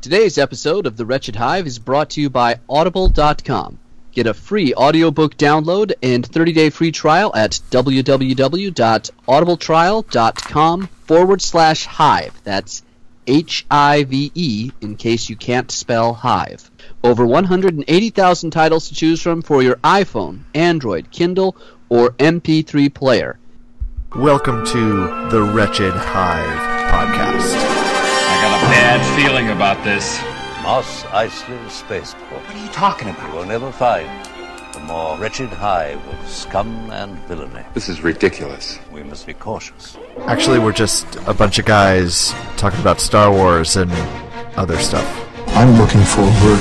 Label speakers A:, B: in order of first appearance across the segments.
A: Today's episode of The Wretched Hive is brought to you by Audible.com. Get a free audiobook download and 30-day free trial at www.audibletrial.com forward slash hive. That's H-I-V-E E, in case you can't spell hive. Over 180,000 titles to choose from for your iPhone, Android, Kindle, or MP3 player.
B: Welcome to the Wretched Hive podcast.
C: I got a bad feeling about this.
D: Moss Iceland Spaceport. What are you talking about? You will never find a more wretched hive of scum and villainy.
E: This is ridiculous.
D: We must be cautious.
B: Actually, we're just a bunch of guys talking about Star Wars and other stuff.
F: I'm looking forward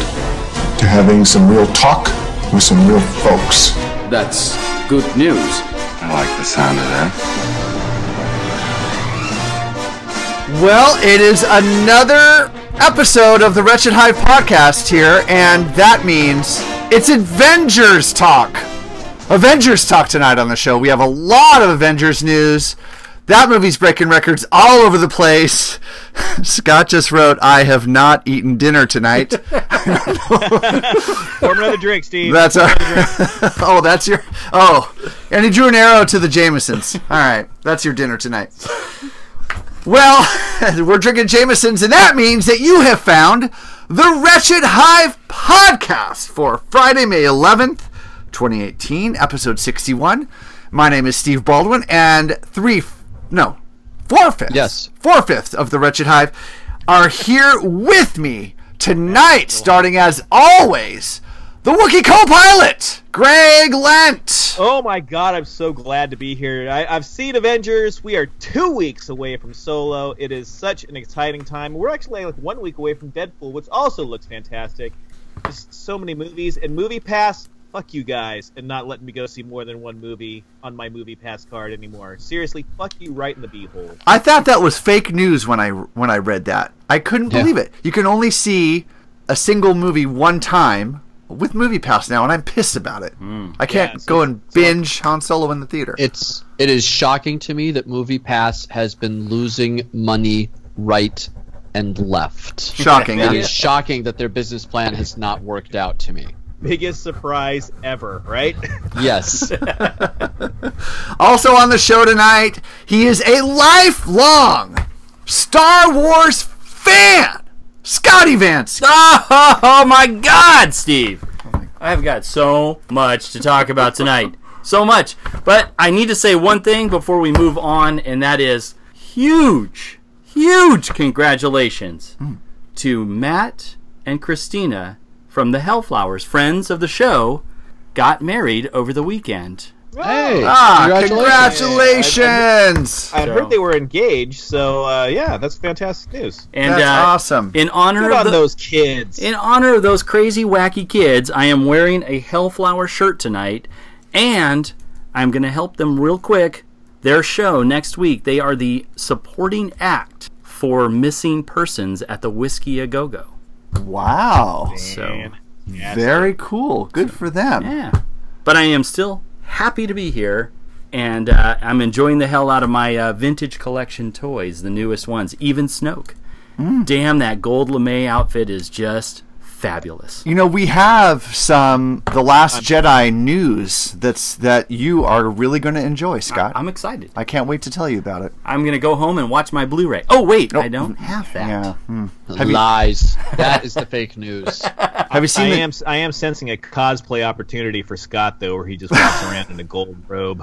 F: to having some real talk with some real folks.
G: That's good news.
E: I like the sound of that.
B: Well, it is another episode of the Wretched Hive podcast here, and that means it's Avengers talk. Avengers talk tonight on the show. We have a lot of Avengers news. That movie's breaking records all over the place. Scott just wrote, I have not eaten dinner tonight.
H: Pour him another drink, Steve.
B: That's our. oh, that's your. Oh, and he drew an arrow to the Jamesons. All right, that's your dinner tonight. Well, we're drinking Jamesons, and that means that you have found the Wretched Hive podcast for Friday, May 11th, 2018, episode 61. My name is Steve Baldwin, and three, no, four fifths.
A: Yes.
B: Four fifths of the Wretched Hive are here with me tonight, starting as always, the Wookiee co pilot, Greg Lent.
H: Oh my god, I'm so glad to be here. I, I've seen Avengers. We are two weeks away from Solo. It is such an exciting time. We're actually like one week away from Deadpool, which also looks fantastic. Just so many movies and Movie Pass. Fuck you guys and not letting me go see more than one movie on my Movie Pass card anymore. Seriously, fuck you right in the beehole.
B: I thought that was fake news when I when I read that. I couldn't believe it. You can only see a single movie one time with Movie Pass now, and I'm pissed about it. I can't
H: Yeah, so-
B: go and binge Han Solo in the theater.
A: It's it is shocking to me that Movie Pass has been losing money right and left.
B: Shocking.
A: It
B: huh?
A: is shocking that their business plan has not worked out to me.
H: Biggest surprise ever, right?
A: Yes.
B: Also on the show tonight, he is a lifelong Star Wars fan, Scotty Vance.
G: Oh, my God, Steve! I've got so much to talk about tonight. So much. But I need to say one thing before we move on, and that is huge, huge congratulations to Matt and Christina from the Hellflowers, friends of the show, got married over the weekend.
A: hey.
B: Ah,
A: congratulations.
B: congratulations!
H: I heard they were engaged, so uh, yeah, that's fantastic news.
G: And
B: That's
G: uh,
B: awesome.
G: in honor
H: Good
G: of
H: on
G: the,
H: those kids.
G: In honor of those crazy, wacky kids, I am wearing a Hellflower shirt tonight, and I'm going to help them real quick. Their show next week, they are the supporting act for missing persons at the Whiskey A Go Go.
B: Wow,
G: So,
B: very cool. Good for them.
G: yeah. But I am still happy to be here, and uh, I'm enjoying the hell out of my uh, vintage collection toys, the newest ones, even Snoke. Damn, that gold lame outfit is just fabulous.
B: You know, we have some The Last Jedi news that's that you are really going to enjoy, Scott. I,
G: I'm excited.
B: can't wait to tell you about it.
G: I'm gonna go home and watch my Blu-ray. Oh wait, I don't have that.
B: Yeah. Hmm. Have you-
A: Lies. that is the fake news.
B: Have you seen
H: I
B: the,
H: am I am sensing a cosplay opportunity for Scott though, where he just walks around in a gold robe.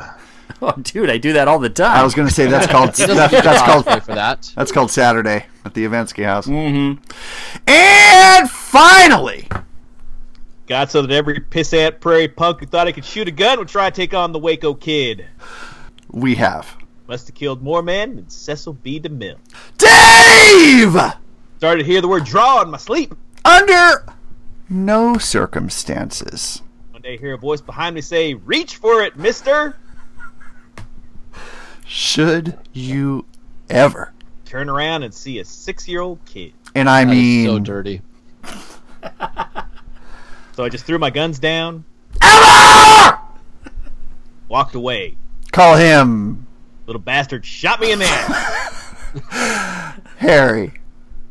G: Oh, dude, I do that all the time.
B: I was going to say that's called that, that's
A: Sorry
B: called
A: for that.
B: that's called Saturday at the Evansky House. Mm-hmm. And finally,
H: God, so that every pissant prairie punk who thought he could shoot a gun would try to take on the Waco Kid.
B: we have
H: Must have killed more men than Cecil B. DeMille.
B: Dave.
H: Started to hear the word draw in my sleep.
B: Under no circumstances.
H: One day, I hear a voice behind me say, "Reach for it, Mister."
B: Should you ever?
H: Turn around and see a six-year-old kid.
B: And I
A: That is
B: mean
A: so dirty.
H: So I just threw my guns down. Walked away.
B: call him
H: Little bastard shot me in the ass.
B: Harry.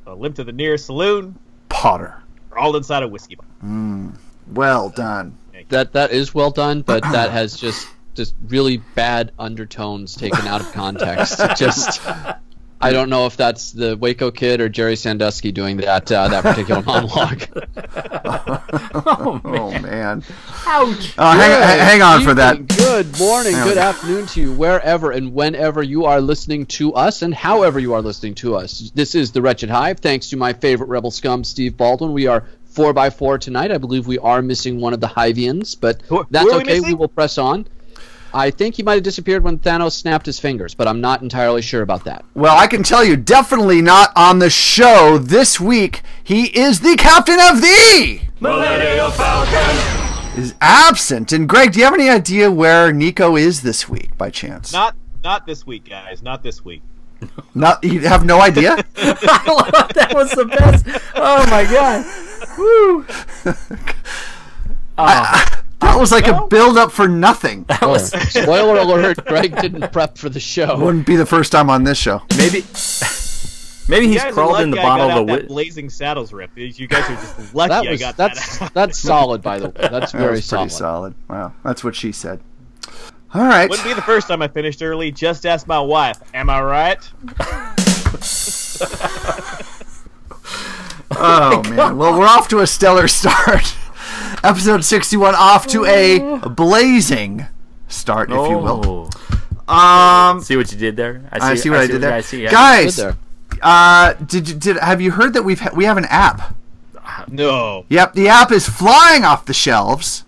H: I limped to the nearest saloon,
B: Potter.
H: They're all inside a whiskey bottle.
B: Well done.
A: That that is well done, but that has just just really bad undertones taken out of context. It just I don't know if that's the Waco kid or Jerry Sandusky doing that uh, that particular monologue.
B: Oh man. Uh, hang, ha- hang on for that.
A: Evening, Good morning,
B: we
A: good
B: go.
A: afternoon to you, wherever and whenever you are listening to us, and however you are listening to us. This is the Wretched Hive. Thanks to my favorite rebel scum, Steve Baldwin. We are four by four tonight. I believe we are missing one of the Hivians, but
H: Who- who
A: that's
H: are we
A: okay. We
H: missing?
A: will press on. I think he might have disappeared when Thanos snapped his fingers, but I'm not entirely sure about that.
B: Well, I can tell you, definitely not on the show this week. He is the captain of the
C: Millennial Falcon!
B: is absent. And Greg, do you have any idea where Nico is this week by chance?
H: Not not this week, guys. Not this week.
B: Not you have no idea.
G: that was the best. Oh my god. Woo.
B: that was like a build up for nothing.
A: Spoiler alert, Greg didn't prep for the show.
B: Wouldn't be the first time on this show.
G: Maybe Maybe he's
H: guys are
G: crawled
H: lucky
G: in the
H: I
G: bottle of
H: got out
G: the
H: that
G: wit-
H: blazing saddles rip. You guys are just lucky
A: That
H: I
A: was
H: got
A: that's
H: that. out.
A: that's solid by the way. That's
B: That
A: very
B: was pretty
A: solid.
B: solid. Wow, that's what she said. All right.
H: Wouldn't be the first time I finished early. Just ask my wife. Am I right?
B: Oh man. Well, we're off to a stellar start. Episode 61 off to a blazing start, if you will.
G: Oh.
B: Um,
G: See what you did there?
B: I Oh. see what I, did there,
G: I see, yeah.
A: Good
B: guys.
A: there.
B: Uh, did you did have you heard that we've ha- we have an app?
H: No.
B: Yep, the app is flying off the shelves,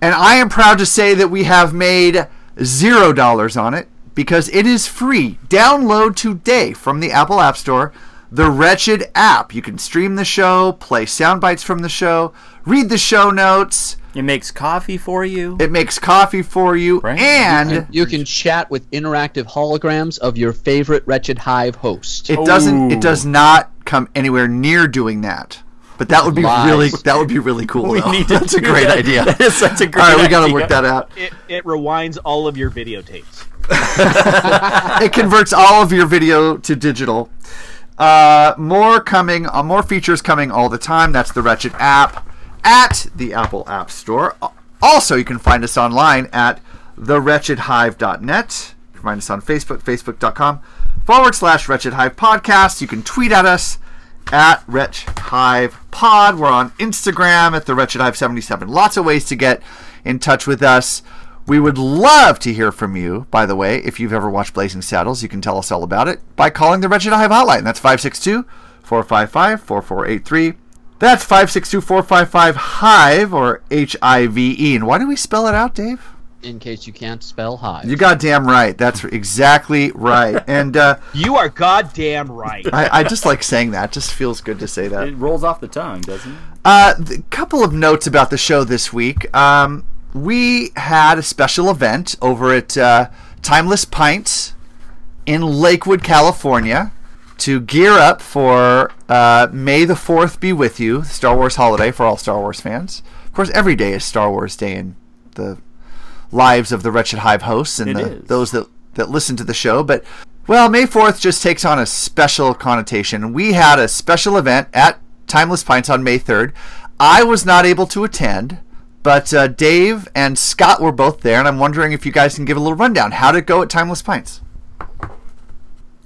B: and I am proud to say that we have made zero dollars on it because it is free. Download today from the Apple App Store the Wretched app. You can stream the show, play sound bites from the show, read the show notes.
G: It makes coffee for you.
B: It makes coffee for you,
G: Right.
B: and
A: You can chat with interactive holograms of your favorite Wretched Hive host.
G: Oh.
B: it doesn't.
G: Ooh.
B: It does not come anywhere near doing that. But that would be
A: Lies.
B: really that would be really cool.
G: we
B: though.
G: need to
B: That's a
G: do
B: great
G: that.
B: idea.
G: That is such a great
B: All right, we got to
G: idea.
B: work that out.
H: It, it rewinds all of your videotapes.
B: It converts all of your video to digital. Uh, more coming, uh, more features coming all the time. That's the Wretched app at the Apple App Store. Uh, Also, you can find us online at thewretchedhive.net. You can find us on Facebook, facebook.com forward slash Wretched Hive Podcast. You can tweet at us at Wretched Hive Pod. We're on Instagram at the Wretched Hive 77. Lots of ways to get in touch with us. We would love to hear from you, by the way. If you've ever watched Blazing Saddles, you can tell us all about it by calling the Wretched Hive Hotline. That's 562 455 4483. That's 562 455 Hive E, or H I V E. And why do we spell it out, Dave?
A: in case you can't spell Hive.
B: You goddamn right. That's exactly right. And uh,
H: You are goddamn right.
B: I, I just like saying that. It just feels good to say that.
G: It rolls off the tongue, doesn't it?
B: A Uh, couple of notes about the show this week. Um, we had a special event over at uh, Timeless Pints in Lakewood, California, to gear up for uh, May the Fourth be with you, Star Wars holiday for all Star Wars fans. Of course, every day is Star Wars Day in the lives of the Wretched Hive hosts and
G: It
B: the,
G: is.
B: those that that listen to the show, but. Well, May 4th just takes on a special connotation. We had a special event at Timeless Pints on May 3rd. I was not able to attend, but uh, Dave and Scott were both there, and I'm wondering if you guys can give a little rundown. How did it go at Timeless Pints?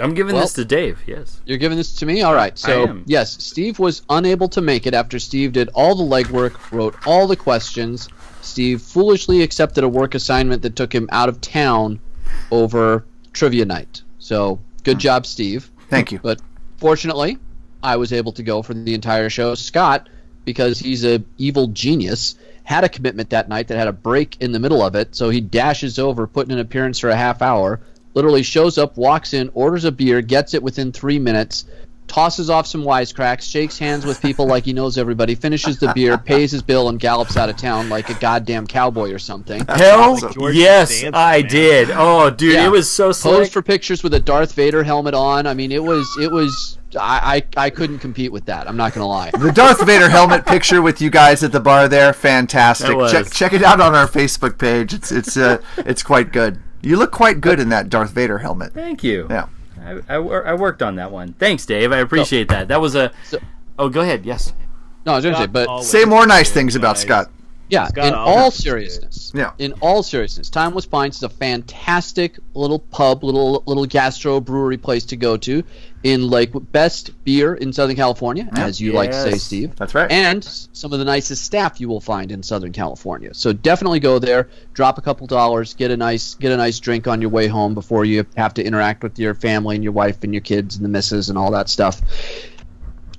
G: I'm giving
A: Well-
G: this to Dave, yes.
A: You're giving this to me? All right.
G: I
A: So,
G: am.
A: yes, Steve was unable to make it after Steve did all the legwork, wrote all the questions. Steve foolishly accepted a work assignment that took him out of town over trivia night. So, good
G: Hmm.
A: job, Steve.
B: Thank you.
A: But fortunately, I was able to go for the entire show. Scott, because he's a evil genius, had a commitment that night that had a break in the middle of it, so he dashes over, putting an appearance for a half hour, literally shows up, walks in, orders a beer, gets it within three minutes, tosses off some wisecracks, shakes hands with people like he knows everybody, finishes the beer, pays his bill, and gallops out of town like a goddamn cowboy or something.
G: Hell
H: awesome. George
G: yes,
H: Costanza,
G: I
H: man.
G: did. Oh, dude,
A: Yeah.
G: it was so
A: Posed
G: slick.
A: for pictures with a Darth Vader helmet on. I mean, it was it was I, I I couldn't compete with that. I'm not gonna lie.
B: The Darth Vader helmet picture with you guys at the bar there, fantastic.
G: That was.
B: Check check it out on our Facebook page. It's it's uh, it's quite good. You look quite good in that Darth Vader helmet.
G: Thank you.
B: Yeah.
G: I, I, wor- I worked on that one. Thanks, Dave. I appreciate that. That was a.
A: So-
G: oh, go ahead. Yes.
A: No, I was going to say,
H: Scott
A: but
H: always-
B: Say more nice things about Scott.
A: yeah,
H: Scott
A: in
H: always
A: all
H: did.
A: seriousness,
B: Yeah.
A: in all seriousness, Time Was Pines is a fantastic little pub, little little gastro brewery place to go to, in like best beer in Southern California, as you like to say,
G: Yes.
A: Steve.
B: That's right.
A: and some of the nicest staff you will find in Southern California. So definitely go there, drop a couple dollars, get a nice get a nice drink on your way home before you have to interact with your family and your wife and your kids and the missus and all that stuff.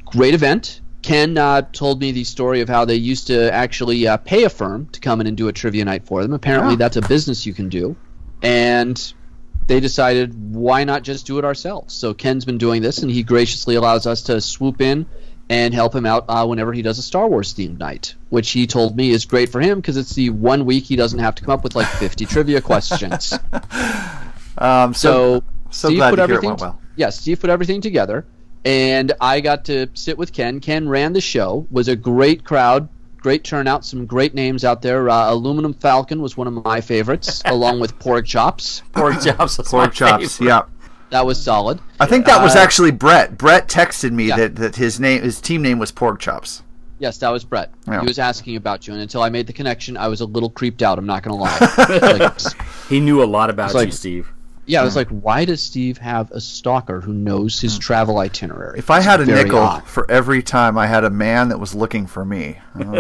A: Great event. Ken uh, told me the story of how they used to actually uh, pay a firm to come in and do a trivia night for them. Apparently,
B: Yeah.
A: that's a business you can do, and they decided why not just do it ourselves. So Ken's been doing this, and he graciously allows us to swoop in and help him out uh, whenever he does a Star Wars themed night, which he told me is great for him because it's the one week he doesn't have to come up with like 50 trivia questions.
B: Um, so,
A: So,
B: so
A: Steve
B: glad
A: put
B: to hear it
A: everything.
B: went well.
A: Yeah, Steve put everything together, and I got to sit with Ken. Ken ran the show. Was a great crowd, great turnout, some great names out there. Uh, Aluminum Falcon was one of my favorites, along with Pork Chops.
G: Pork chops. that's
B: Pork
G: my
B: chops.
G: favorite.
B: Yeah.
A: That was solid.
B: I think that was actually Brett. Brett texted me
A: Yeah.
B: that, that his name his team name was Pork Chops.
A: Yes, that was Brett.
B: Yeah.
A: He was asking about you, and until I made the connection, I was a little creeped out. I'm not gonna lie. Like,
G: He knew a lot about
A: It's like-
G: you, Steve.
A: yeah, I was like, why does Steve have a stalker who knows
G: Hmm.
A: his travel itinerary?
B: If I had a
A: very
B: nickel
A: odd.
B: for every time I had a man that was looking for me, oh,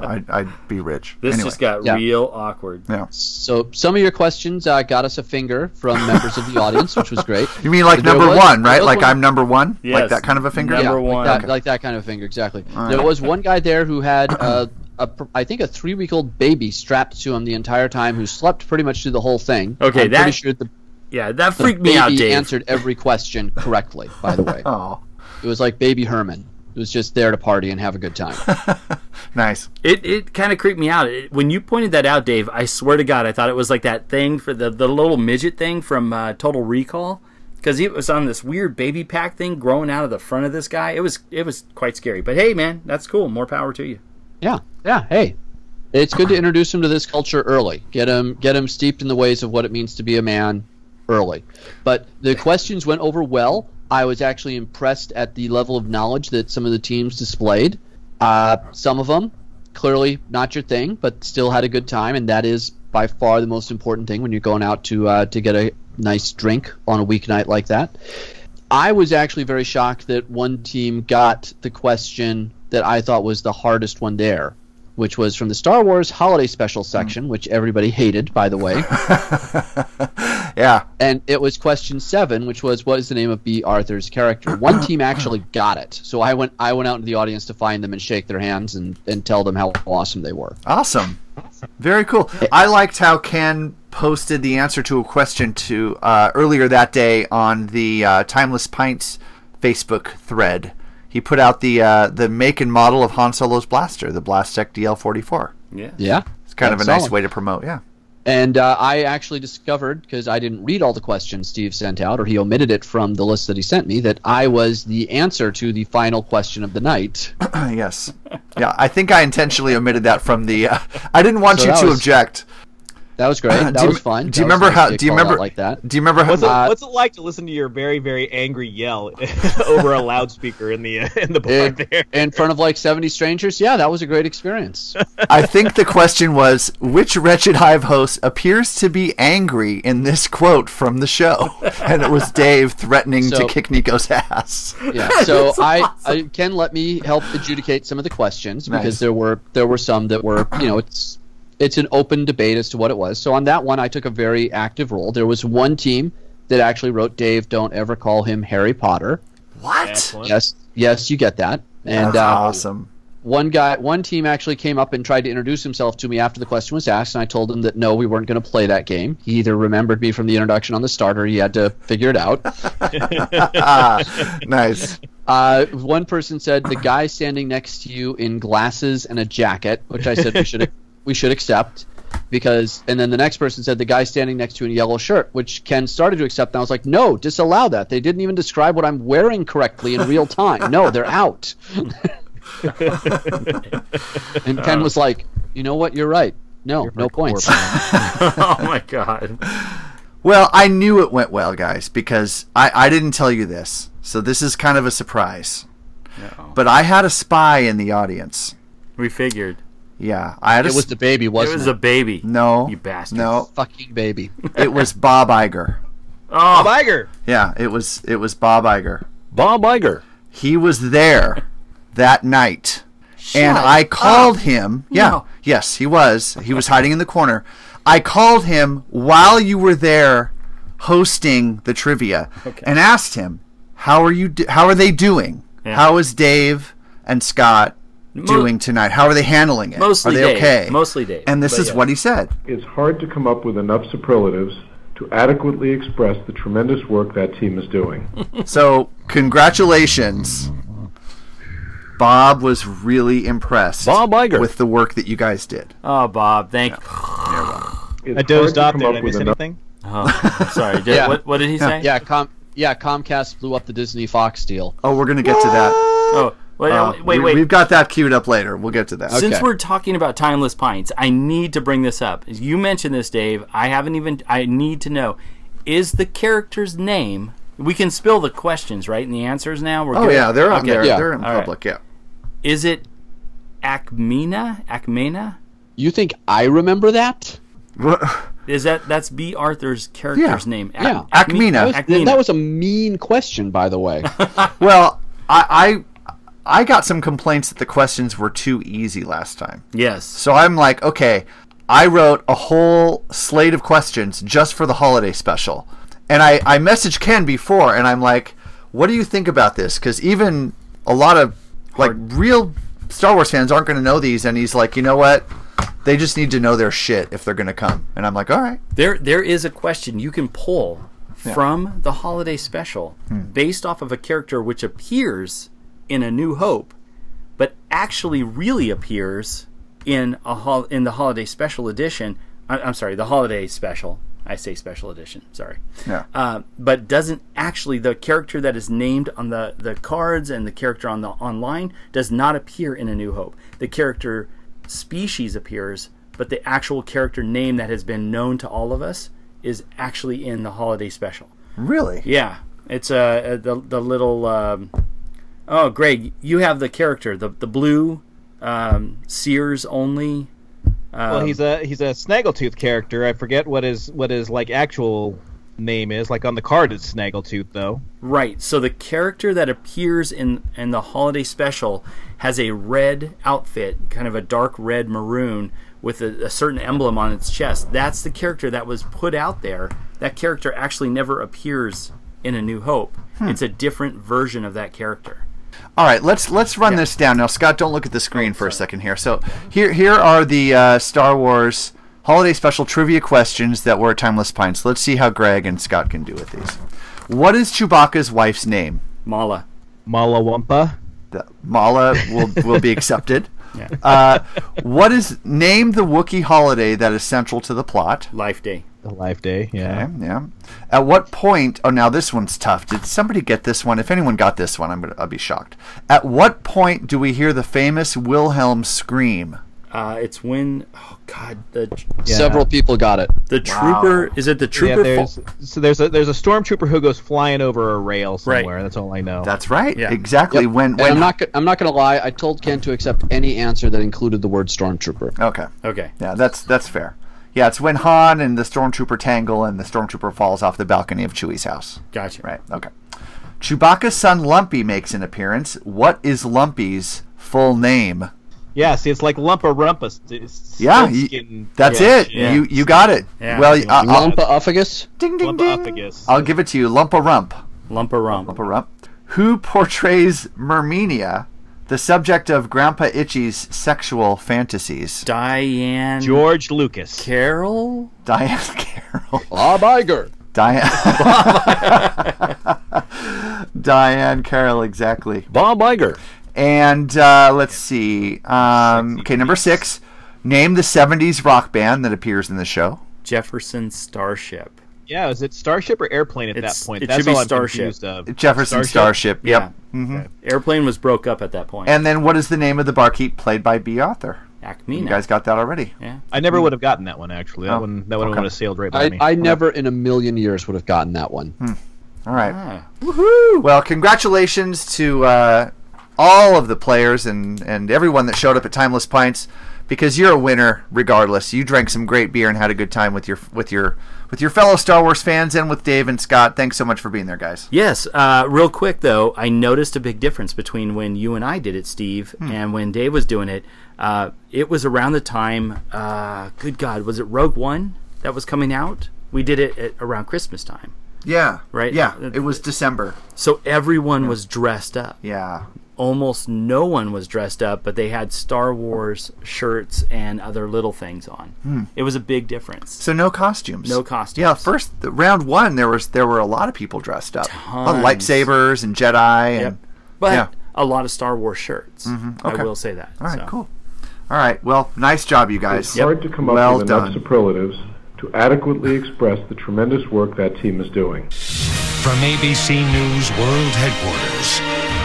B: I'd, I'd be rich.
G: This
B: anyway,
G: just got
A: Yeah.
G: real awkward.
B: yeah.
A: So some of your questions uh, got us a finger from members of the audience, which was great.
B: You mean like
A: There
B: number
A: was-
B: one,
A: there
B: right?
A: was
B: Like
A: one-
B: I'm number one, like
G: Yes.
B: that kind of a finger.
A: yeah,
G: Number
A: Like
G: one.
A: that,
G: Okay.
A: like that kind of finger, exactly. There was one guy there who had, uh, a, pr- I think, a three week old baby strapped to him the entire time who slept pretty much through the whole thing.
G: Okay,
A: I'm
G: that-
A: pretty sure the,
G: Yeah, that
A: the
G: freaked
A: baby
G: me out, Dave.
A: answered every question correctly, by the way.
B: Oh,
A: It was like Baby Herman. It was just there to party and have a good time.
B: nice.
G: It, it kind of creeped me out. It, when you pointed that out, Dave, I swear to God, I thought it was like that thing for the, the little midget thing from uh, Total Recall. Because it was on this weird baby pack thing growing out of the front of this guy. It was it was quite scary. But hey, man, that's cool. More power to you.
A: Yeah, yeah. Hey, it's good to introduce him to this culture early. Get him, get him steeped in the ways of what it means to be a man early. But the questions went over well. I was actually impressed at the level of knowledge that some of the teams displayed. Uh, some of them clearly not your thing, but still had a good time, and that is by far the most important thing when you're going out to uh, to get a nice drink on a weeknight like that. I was actually very shocked that one team got the question that I thought was the hardest one there, which was from the Star Wars Holiday Special section, which everybody hated, by the way.
B: Yeah,
A: and it was question seven, which was what is the name of B. Arthur's character? One team actually got it, so I went I went out into the audience to find them and shake their hands and, and tell them how awesome they were.
B: awesome. Very cool. I liked how Ken posted the answer to a question to uh, earlier that day on the uh, Timeless Pints Facebook thread. He put out the uh, the make and model of Han Solo's blaster, the Blastech DL44.
G: Yeah.
A: Yeah,
B: It's kind of a
A: That's
B: nice
A: solid.
B: way to promote. Yeah.
A: And uh, I actually discovered, because I didn't read all the questions Steve sent out, or he omitted it from the list that he sent me, that I was the answer to the final question of the night.
B: yes. Yeah. I think I intentionally omitted that from the. Uh, I didn't want
A: So
B: you
A: that
B: to
A: was-
B: object.
A: That was great. That
B: do you,
A: was fun.
B: Do you
A: That was
B: remember
A: nice
B: how?
A: to get
B: Do you
A: called out
B: remember
A: like that?
B: Do you remember how?
H: What's it,
A: Uh,
H: what's it like to listen to your very very angry yell over a loudspeaker in the uh, in the bar there?
A: In, in front of like 70 strangers? Yeah, that was a great experience.
B: I think the question was which wretched hive host appears to be angry in this quote from the show, and it was Dave threatening
A: So-
B: to kick Nico's ass.
A: Yeah. So I, I Ken let me help adjudicate some of the questions
B: Nice.
A: because there were there were some that were you know it's it's an open debate as to what it was. So on that one, I took a very active role. There was one team that actually wrote Dave, don't ever call him Harry Potter.
B: What?
H: Excellent.
A: Yes, yes, you get that. And
B: That's
A: uh,
B: awesome.
A: one guy, one team actually came up and tried to introduce himself to me after the question was asked, and I told him that no, we weren't going to play that game. He either remembered me from the introduction on the starter, he had to figure it out.
B: Ah, Nice.
A: Uh, one person said the guy standing next to you in glasses and a jacket, which I said we should we should accept because. And then the next person said the guy standing next to you in a yellow shirt, which Ken started to accept. And I was like, no, disallow that. They didn't even describe what I'm wearing correctly in real time. No, they're out. and Ken was like, you know what? You're right. No, no points.
G: oh my God.
B: Well, I knew it went well, guys, because I, I didn't tell you this, so this is kind of a surprise. But I had a spy in the audience.
G: We figured
B: Yeah, I had a
A: It was
B: sp-
A: the baby,
G: it
A: wasn't it?
G: was a baby.
B: no,
G: you bastard.
B: no.
A: fucking baby.
B: It was Bob Iger.
G: Oh,
H: Biger.
B: Yeah, it was it was Bob Iger.
I: Bob Iger.
B: He was there that night. and I called him. Yeah.
G: No.
B: Yes, he was. He was hiding in the corner. I called him while you were there hosting the trivia and asked him, "How are you do- how are they doing? How is Dave and Scott doing tonight? How are they handling it?
G: mostly
B: are they
G: Dave.
B: okay?"
G: Mostly Dave.
B: and this
G: But
B: is
G: yeah.
B: what he said.
J: It's hard to come up with enough superlatives to adequately express the tremendous work that team is doing.
B: So, congratulations. Bob was really impressed
I: Bob Iger.
B: with the work that you guys did.
G: Oh, Bob, thank.
J: It's
H: I dozed
J: hard
H: off
J: to come
H: there. Did I
J: up
H: miss
J: with enough.
H: anything?
G: Oh, sorry. Did,
A: Yeah.
G: what, what did he say?
A: Yeah, com- yeah, Comcast blew up the Disney Fox deal.
B: Oh, we're going to get to that.
G: Oh, wait,
B: Uh,
G: wait,
B: we-
G: wait.
B: We've got that queued up later. We'll get to that.
G: Since
A: Okay.
G: we're talking about timeless pints, I need to bring this up. You mentioned this, Dave. I haven't even. I need to know: is the character's name? We can spill the questions, right, and the answers now. We're
B: Oh
G: good.
B: yeah, they're on
G: Okay.
B: there.
A: Yeah.
B: They're in
G: All right.
B: public. Yeah.
G: Is it Acmena? Acmena?
A: You think I remember that?
G: Is that that's B. Arthur's character's
B: Yeah.
G: name? Ac-
A: Yeah.
G: Acme-
B: Acmena.
G: Acmena.
A: That was a mean question, by the way.
B: Well, I, I I got some complaints that the questions were too easy last time.
G: yes.
B: So I'm like, okay, I wrote a whole slate of questions just for the holiday special, and I I messaged Ken before, and I'm like, what do you think about this? Because even a lot of like real Star Wars fans aren't going to know these, and he's like, you know what? They just need to know their shit if they're going to come. And I'm like, all right.
G: There, there is a question you can pull from the holiday special based off of a character which appears in A New Hope, but actually really appears in a hol- in the holiday special edition. I- I'm sorry, the holiday special. I say special edition. Sorry.
B: Yeah.
G: Uh, but doesn't actually the character that is named on the, the cards and the character on the online does not appear in A New Hope. The character species appears, but the actual character name that has been known to all of us is actually in the holiday special.
B: Really?
G: Yeah, it's uh, uh the the little um, oh Greg, you have the character the the blue um, Sears only. um,
B: Um,
H: well, he's a he's a snaggletooth character. I forget what his what his like actual name is. Like on the card, it's snaggletooth though.
G: Right. So the character that appears in in the holiday special has a red outfit, kind of a dark red maroon with a, a certain emblem on its chest. That's the character that was put out there. That character actually never appears in A New Hope.
H: Hmm.
G: It's a different version of that character.
B: All right, let's let's run this down now. Scott, don't look at the screen for a second here. So here here are the uh, Star Wars holiday special trivia questions that were at Timeless Pints. Let's see how Greg and Scott can do with these. What is Chewbacca's wife's name?
G: Mala.
H: Malawampa.
B: The, Mala will will be accepted. Uh, what is name the Wookiee holiday that is central to the plot?
G: Life Day.
H: The life day. Yeah.
B: Okay, yeah. At what point? Oh, now this one's tough. Did somebody get this one? If anyone got this one, I'm gonna I'll be shocked. At what point do we hear the famous Wilhelm scream?
G: Uh, it's when oh god the
A: Several people got it.
G: the trooper is it the
H: Yeah,
G: trooper
H: there's,
G: fa-
H: so there's a there's a stormtrooper who goes flying over a rail
G: Right.
H: somewhere. That's all I know.
B: That's right.
G: Yeah.
B: Exactly.
A: Yep.
B: When
A: And
B: when
A: I'm not. go- I'm not gonna lie. I told Ken to accept any answer that included the word stormtrooper.
B: okay.
G: okay
B: Yeah, that's that's fair. Yeah, it's when Han and the stormtrooper tangle and the stormtrooper falls off the balcony of Chewie's house.
G: gotcha
B: Right. Okay. Chewbacca's son Lumpy makes an appearance. What is Lumpy's full name?
H: yeah. See, it's like lumpa rumpus. It's
B: Yeah, you-
H: skin-
B: that's
H: yeah,
B: it.
H: shit.
B: You you got it.
G: Yeah.
B: Well, uh, I- I'll-
A: Lumpophagus.
B: ding ding ding. Uh,
H: Lumpophagus.
B: I'll give it to you. Lumpa rump.
G: lumpa rump
B: Lumpa rump. Who portrays Mermenia, the subject of Grandpa Itchy's sexual fantasies?
G: Diane
H: George Lucas.
G: Carroll
B: Diane Carroll.
A: Bob Iger.
B: Diane. Diane Carroll, exactly.
I: Bob Iger.
B: And uh, let's see. Um, okay, number six. Name the '70s rock band that appears in the show.
G: Jefferson Starship.
H: Yeah, is it Starship or Airplane at
G: It's-
H: that point?
G: it
H: That's
G: should be
H: all I'm
G: Starship.
H: confused of.
B: Jefferson Starship. Yep. Mm-hmm.
G: Airplane was broke up at that point.
B: And then, what is the name of the barkeep played by B. Arthur?
G: Acmena.
B: You guys got that already.
H: I never would have gotten that one actually. That
B: Oh,
H: one that one
B: okay.
H: would have sailed right by
A: I,
H: me.
A: I never in a million years would have gotten that one.
B: All right. Woohoo! Well, congratulations Ah. to uh, all of the players and, and everyone that showed up at Timeless Pints because you're a winner regardless. You drank some great beer and had a good time with your with your with your fellow Star Wars fans and with Dave and Scott. Thanks so much for being there, guys.
G: Yes. Uh, real quick though, I noticed a big difference between when you and I did it, Steve,
B: Hmm.
G: and when Dave was doing it. Uh, it was around the time. Uh, good God, was it Rogue One that was coming out? We did it at, around Christmas time,
B: Yeah.
G: Right.
B: Yeah. It was December.
G: so everyone was dressed up.
B: Yeah.
G: Almost no one was dressed up, but they had Star Wars shirts and other little things on.
B: Hmm.
G: It was a big difference.
B: So no costumes.
G: No costumes.
B: Yeah, first the, round one there was there were a lot of people dressed up. A lot of
G: Tons.
B: lightsabers and Jedi and
G: Yep. But
B: Yeah. Mm-hmm.
G: a lot of Star Wars shirts. I
B: Okay.
G: will say that.
B: All right,
G: So.
B: cool. All right. Well, nice job you guys.
J: Hard to come up
B: Well
J: with
B: done.
J: enough superlatives to adequately express the tremendous work that team is doing.
I: From ABC News World Headquarters,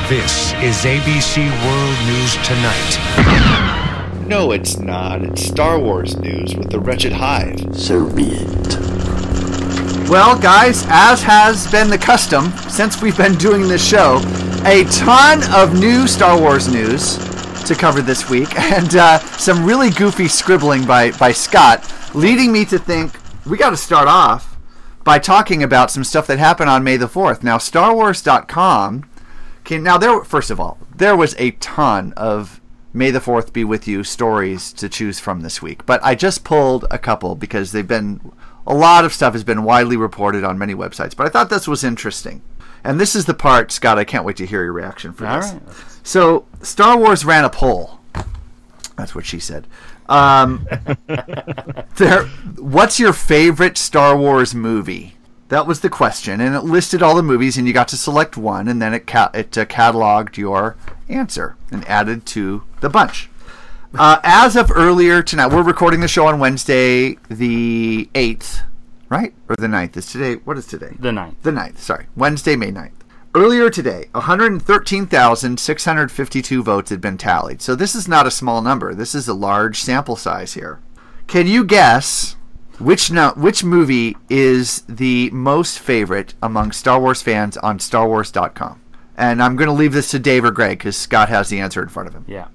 I: this is ABC World News Tonight.
K: No, it's not. It's Star Wars news with the Wretched Hive.
B: So be it. Well, guys, as has been the custom since we've been doing this show, a ton of new Star Wars news to cover this week, and uh, some really goofy scribbling by, by Scott, leading me to think we got to start off by talking about some stuff that happened on May the 4th. Now, StarWars.com can. Now, there, first of all, there was a ton of May the 4th be with you stories to choose from this week, but I just pulled a couple because they've been. A lot of stuff has been widely reported on many websites, but I thought this was interesting. And this is the part, Scott, I can't wait to hear your reaction for
G: All
B: this.
G: right.
B: So, Star Wars ran a poll. That's what she said. Um, there, what's your favorite Star Wars movie? That was the question, and it listed all the movies, and you got to select one, and then it ca- it uh, cataloged your answer and added to the bunch. Uh, as of earlier tonight, we're recording the show on Wednesday, the eighth, right, or the 9th. Is today? What is today?
G: The ninth.
B: The 9th, sorry. Wednesday, May 9th. Earlier today, 113,652 votes had been tallied. So this is not a small number. This is a large sample size here. Can you guess which no, which movie is the most favorite among Star Wars fans on StarWars.com? And I'm going to leave this to Dave or Greg because Scott has the answer in front of him.
G: Yeah.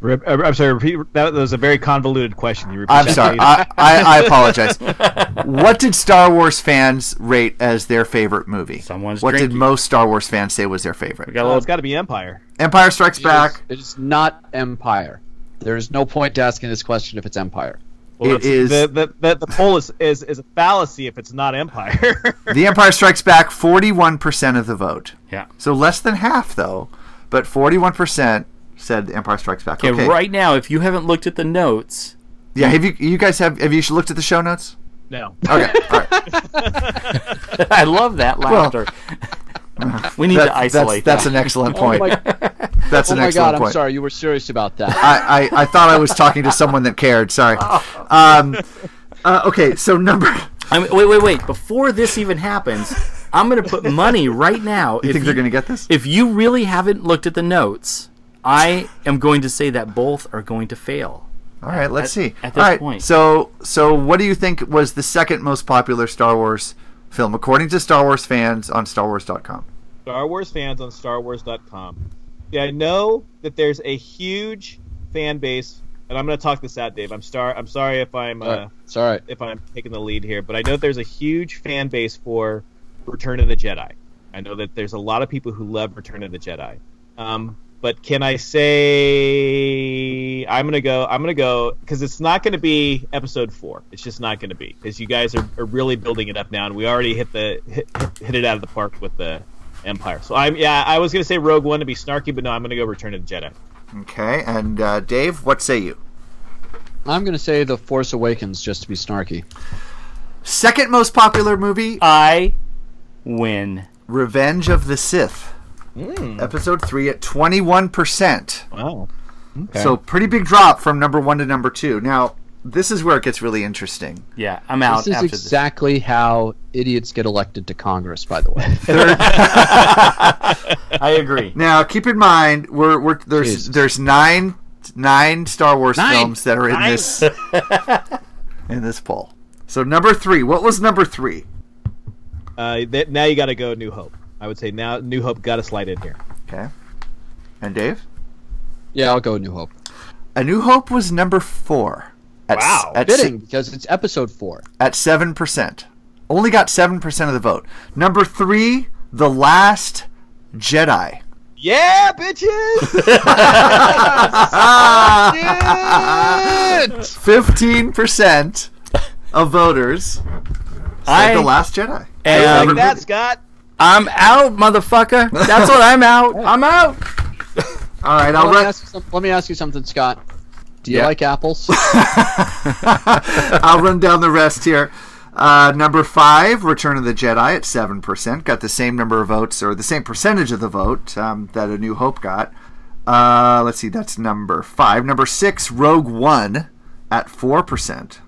H: Rep- uh, I'm sorry. Repeat. That was a very convoluted question. You repeated.
B: I'm sorry. I, I, I apologize. What did Star Wars fans rate as their favorite movie?
G: Someone's
B: what did
G: drinking.
B: most Star Wars fans say was their favorite?
G: We got a
H: Well,
G: little
H: it's got to be Empire.
B: Empire Strikes Back.
A: It is not Empire. There is no point to asking this question if it's Empire.
H: Well,
B: It
H: that's-
B: is-
H: the the, the, the poll is, is is a fallacy if it's not Empire.
B: The Empire Strikes Back, 41% of the vote.
G: Yeah.
B: So less than half, though, but 41% said The Empire Strikes Back.
G: Okay, right now, if you haven't looked at the notes,
B: Yeah, have you you guys have have you looked at the show notes?
H: no.
B: Okay. All right.
G: I love that laughter. we need
B: That-
G: to
B: that's
G: isolate
B: that's
G: that.
B: an excellent point.
A: Oh my,
B: that's
A: oh
B: an
A: my
B: excellent
A: god, I'm
B: point.
A: sorry. You were serious about that.
B: I, I, I thought I was talking to someone that cared. Sorry. Um, uh, okay, so number.
G: I mean, wait, wait, wait. Before this even happens, I'm going to put money right now.
B: You
G: if
B: think they're going to get this?
G: If you really haven't looked at the notes, I am going to say that both are going to fail.
B: All right, let's
G: at-
B: see.
G: at this
B: All right,
G: point.
B: so so what do you think was the second most popular Star Wars film according to Star Wars fans on StarWars.com?
H: Star Wars fans on StarWars.com. Yeah, I know that there's a huge fan base, and I'm going to talk this out, Dave. I'm star. I'm sorry if I'm uh,
A: Uh, it's all right.
H: if I'm taking the lead here, but I know that there's a huge fan base for Return of the Jedi. I know that there's a lot of people who love Return of the Jedi. Um, but can I say I'm gonna go? I'm gonna go because it's not gonna be Episode Four. It's just not gonna be because you guys are, are really building it up now, and we already hit the hit, hit it out of the park with the Empire. So I'm yeah, I was gonna say Rogue One to be snarky, but no, I'm gonna go Return of the Jedi.
B: Okay, and uh, Dave, what say you?
A: I'm gonna say The Force Awakens just to be snarky.
B: Second most popular movie,
G: Uh, I win.
B: Revenge of the Sith, Hmm. Episode Three at twenty-one percent.
H: Wow.
B: So pretty big drop from number one to number two. Now this is where it gets really interesting.
G: Yeah, I'm out
A: This is
G: after
A: exactly how idiots get elected to Congress. By the way,
G: this. I agree.
B: Now keep in mind, we're, we're there's
A: Jesus.
B: there's nine nine Star Wars
A: Nine.
B: films that are in this in this poll. So number three, what was number three?
H: Uh, that now you got to go New Hope. I would say now New Hope got to slide in here.
B: Okay, And Dave?
A: Yeah, I'll go New Hope.
B: A New Hope was number four. At s-
A: wow,
B: at
A: fitting
B: s-
A: because it's episode four.
B: at seven percent. Only got seven percent of the vote. Number three, The Last Jedi.
H: Yeah, bitches!
B: Fifteen percent of voters said
G: I
B: The Last Jedi.
A: uh,
G: am-
H: like that, Scott.
G: I'm out, motherfucker. That's what I'm out. I'm out.
B: All right, I'll
A: let, me
B: rec-
A: ask you some- let me ask you something, Scott. Do you
B: Yeah.
A: like apples?
B: I'll run down the rest here. Uh, number five, Return of the Jedi at seven percent, got the same number of votes or the same percentage of the vote um, that A New Hope got. Uh, let's see, that's number five. Number six, Rogue One at four percent.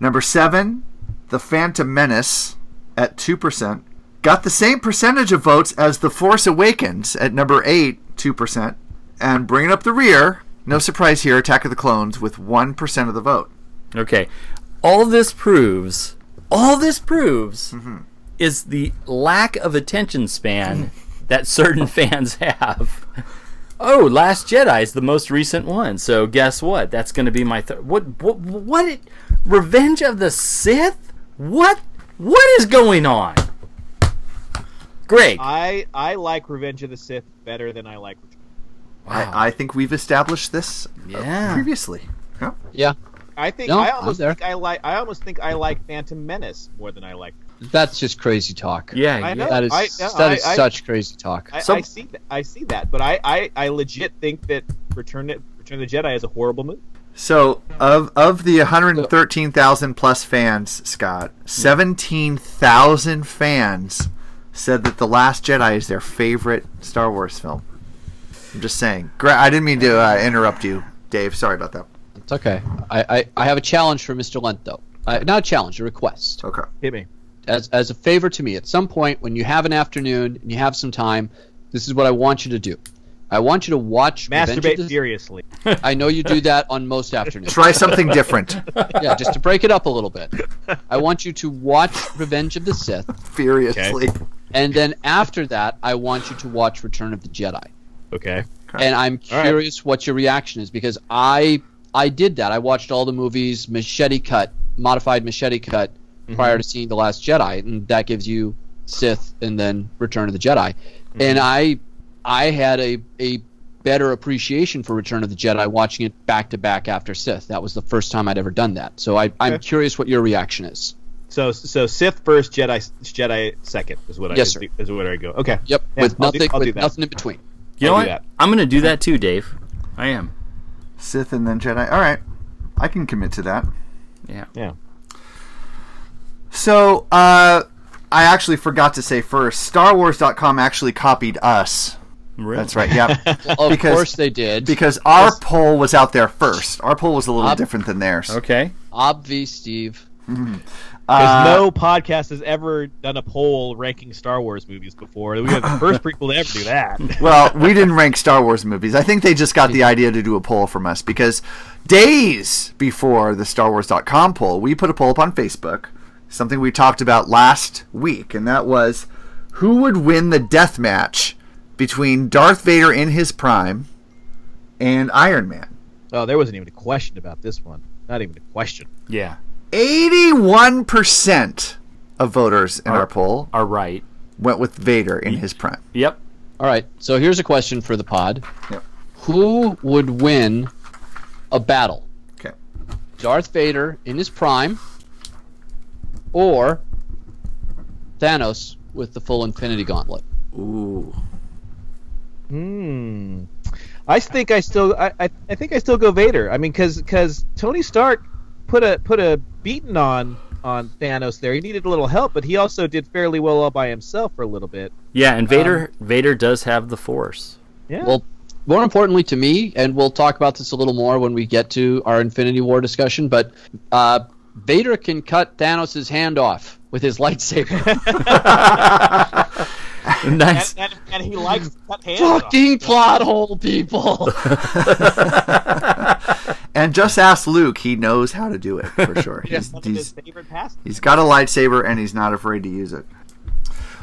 B: Number seven, The Phantom Menace at two percent, got the same percentage of votes as The Force Awakens at number eight, two percent, and bringing up the rear. No surprise here, Attack of the Clones with one percent of the vote.
G: Okay. All this proves, all this proves is the lack of attention span that certain fans have. Oh, Last Jedi is the most recent one. So guess what? That's going to be my third. What, what? What? it- Revenge of the Sith? What? What is going on? Greg.
H: I I like Revenge of the Sith better than I like. Return.
B: I, I think we've established this uh,
G: Yeah.
B: previously. Yeah.
A: yeah,
H: I think
A: No,
H: I
A: I'm
H: almost
A: there.
H: think I like I almost think I like Phantom Menace more than I like.
A: that's just crazy talk.
G: Yeah.
H: I
G: yeah.
H: know.
A: That is
H: I- yeah,
A: that is
H: I- I-
A: such crazy talk.
H: I,
G: Some-
H: I see that. I see that, but I, I, I legit think that Return it Return of the Jedi is a horrible movie.
B: So of of the 113,000 plus fans, Scott, 17,000 fans said that the Last Jedi is their favorite Star Wars film. I'm just saying. Gra- I didn't mean to uh, interrupt you, Dave. Sorry about that.
A: It's okay. I, I, I have a challenge for Mr. Lent though. Uh, not a challenge, a request.
B: Okay.
H: Hit me.
A: as as a favor to me at some point when you have an afternoon and you have some time this is what i want you to do i want you to watch Revenge
H: Masturbate
A: of the-
H: furiously.
A: i know you do that on most afternoons
B: Try something different.
A: yeah just to break it up a little bit i want you to watch revenge of the sith
B: Furiously.
A: and then after that i want you to watch return of the jedi
H: Okay.
A: and i'm
H: All right.
A: curious what your reaction is because i i did that i watched all the movies machete cut modified machete cut
H: Mm-hmm.
A: prior to seeing the last jedi and that gives you sith and then return of the jedi
H: Mm-hmm.
A: and i i had a a better appreciation for return of the jedi watching it back to back after sith that was the first time i'd ever done that so i i'm
H: Okay.
A: curious what your reaction is
H: So so Sith first, Jedi Jedi second is what I
A: Yes,
H: is,
A: sir.
H: the- is where I go. Okay.
A: yep
H: Yeah,
A: with
H: I'll do-
A: nothing
H: I'll do
A: with
H: that.
A: nothing in between
G: you know
H: I'll
G: what?
H: do that.
G: I'm going to do that too, Dave. I am.
B: Sith and then Jedi. All right. I can commit to that.
G: Yeah.
H: Yeah.
B: So, uh, I actually forgot to say first, StarWars.com actually copied us.
G: Really?
B: That's right. Yep.
A: of
B: Because-
A: course they did
B: because our poll was out there first. Our poll was a little
A: Ob-
B: different than theirs.
G: Okay.
A: obvi steve
H: Because
B: Uh,
H: no podcast has ever done a poll ranking Star Wars movies before. We have the first prequel to ever do that.
B: well, we didn't rank Star Wars movies. I think they just got the idea to do a poll from us because days before the Star Wars.com poll, we put a poll up on Facebook, something we talked about last week, and that was who would win the death match between Darth Vader in his prime and Iron Man.
H: Oh, there wasn't even a question about this one. Not even a question.
G: Yeah.
B: 81% of voters in our poll
G: Are right.
B: went with Vader in his prime.
G: Yep.
A: All right. So here's a question for the pod.
B: Yep.
A: Who would win a battle?
B: Okay.
A: Darth Vader in his prime or Thanos with the full Infinity Gauntlet?
B: Ooh.
H: Hmm. I think I still I, I, I think I still go Vader. I mean, because Tony Stark put a put a beating on on Thanos there. He needed a little help, but he also did fairly well all by himself for a little bit.
G: Yeah, and Vader Vader does have the force.
H: Yeah.
A: Well, more importantly to me, and we'll talk about this a little more when we get to our Infinity War discussion, but uh, Vader can cut Thanos' hand off with his lightsaber.
G: nice.
H: and, and he likes to cut hands off.
A: Fucking plot hole, people!
B: And just ask Luke; he knows how to do it for sure.
H: That's
B: he's,
H: one of his
B: he's,
H: favorite pastimes.
B: he's got a lightsaber and he's not afraid to use it.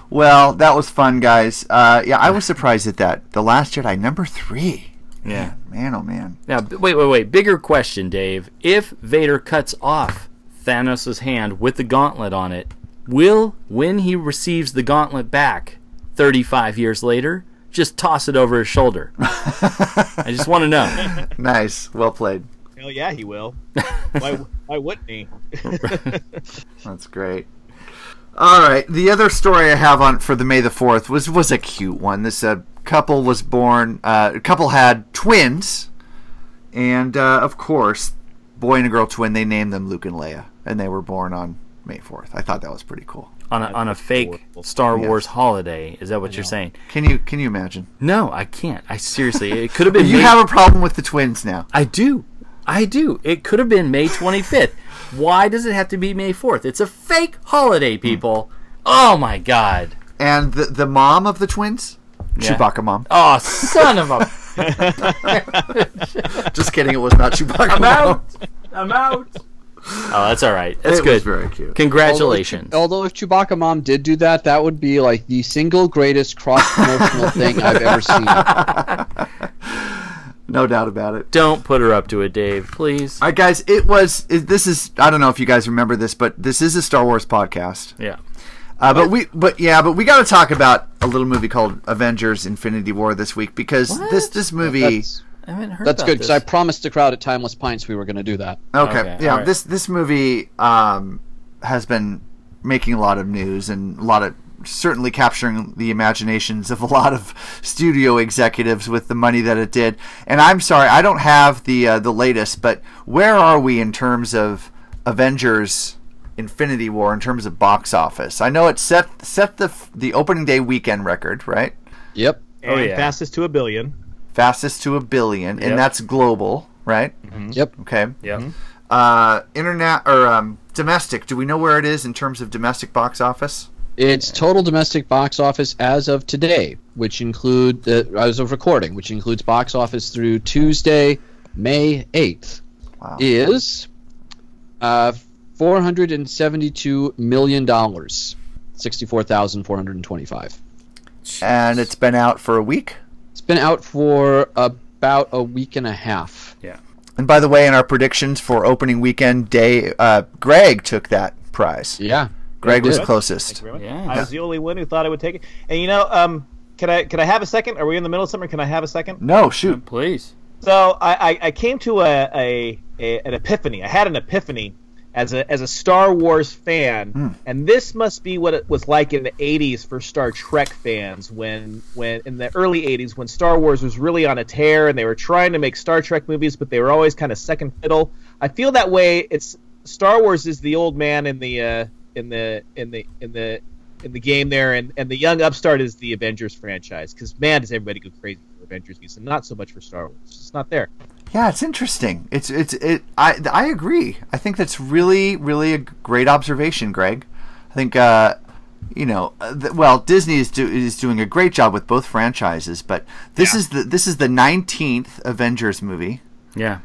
B: Well, that was fun, guys. Uh, yeah, I was surprised at that. The Last Jedi, number three.
G: Yeah.
B: Man, oh man.
G: Now, b- wait, wait, wait. Bigger question, Dave. If Vader cuts off Thanos' hand with the gauntlet on it, will, when he receives the gauntlet back 35 years later, just toss it over his shoulder? I just want to know.
B: Nice. Well played.
H: Hell yeah, he will. why, why wouldn't he?
B: That's great. All right, the other story I have on for the May the Fourth was was a cute one. This uh, couple was born. Uh, a couple had twins, and uh, of course, boy and a girl twin. They named them Luke and Leia, and they were born on May fourth. I thought that was pretty cool.
G: on a, on a fake Star Wars holiday. Is that what you're saying?
B: Can you can you imagine?
G: No, I can't. I seriously, it could have been.
B: You
G: May-
B: have a problem with the twins now.
G: I do. I do. It could have been May 25th. Why does it have to be May 4th? It's a fake holiday, people. Oh my god.
B: And the the mom of the twins,
G: Yeah.
B: Chewbacca mom.
G: Oh, son of a
B: Just kidding. It was not Chewbacca
G: I'm
B: mom.
G: out. I'm out. Oh, that's all right. That's
B: It
G: good.
B: was very Oh, cute.
G: Congratulations.
A: Although if Chewbacca mom did do that, that would be like the single greatest cross promotional thing I've ever seen.
B: No doubt about it.
G: Don't put her up to it, Dave, please.
B: All right, guys. It was. It, this is. I don't know if you guys remember this, but this is a Star Wars podcast.
G: Yeah.
B: Uh, but we, but yeah, but we got to talk about a little movie called Avengers: Infinity War this week because this this movie.
A: That's,
G: I haven't heard
A: that's
G: about
A: good because I
G: this.
A: promised the crowd at Timeless Pints we were going to do that.
B: okay,
G: okay,
B: yeah,
G: all right.
B: this this movie um, has been making a lot of news and a lot of certainly capturing the imaginations of a lot of studio executives with the money that it did. And I'm sorry, I don't have the uh, the latest, but where are we in terms of Avengers? Infinity War in terms of box office. I know it set set the f- the opening day weekend record, right?
A: Yep.
H: And
G: yeah.
H: fastest to a billion.
B: fastest to a billion,
G: Yep.
B: and that's global, right?
A: Yep.
B: Okay.
G: Yep.
B: Uh, internet or um, domestic? Do we know where it is in terms of domestic box office?
A: Its total domestic box office as of today, which include uh, as of recording, which includes box office through Tuesday, May eighth,
B: Wow.
A: is uh, four hundred and seventy-two million dollars, sixty-four thousand four hundred and twenty-five.
B: And it's been out for a week.
A: It's been out for about a week and a half.
B: And by the way, in our predictions for opening weekend day, uh, Greg took that prize.
A: Yeah.
B: Greg
A: it
B: was
A: did.
H: Thank
B: closest.
H: you very much.
G: Yeah.
H: I was the only one who thought I would take it. And you know, um, can I can I have a second? Are we in the middle of something? Can I have a second?
B: No, shoot.
G: Please.
H: So I, I, I came to a, a, a an epiphany. I had an epiphany as a as a Star Wars fan, and this must be what it was like in the '80s for Star Trek fans when when in the early '80s when Star Wars was really on a tear and they were trying to make Star Trek movies, but they were always kind of second fiddle. I feel that way. It's Star Wars is the old man in the uh, in the in the in the in the game there, and, and the young upstart is the Avengers franchise. Because man, does everybody go crazy for Avengers news, and not so much for Star Wars. It's just not there.
B: Yeah, it's interesting. It's it's it. I I agree. I think that's really really a great observation, Greg. I think uh, you know, uh, th- well, Disney is do, is doing a great job with both franchises, but this is the this is the nineteenth Avengers movie,
G: Yeah.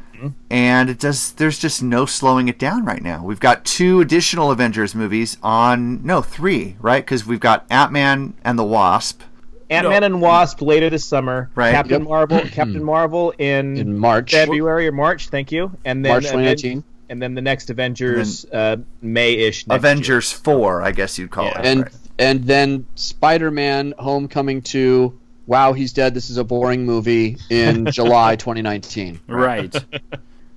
B: and it does. There's just no slowing it down right now. We've got two additional Avengers movies on no three, right? Because we've got Ant Man and the Wasp.
H: Ant Man and Wasp later this summer.
B: Right.
H: Captain Marvel. Captain Marvel in,
A: in March.
H: February or March. Thank you. And then
A: March
H: Aven-
A: 2019.
H: And then the next Avengers, uh, May-ish. Next year.
B: Avengers four, I guess you'd call
H: Yeah.
B: it.
A: and
B: right?
A: and then Spider-Man: Homecoming to Wow, he's dead. This is a boring movie in July 2019.
G: Right.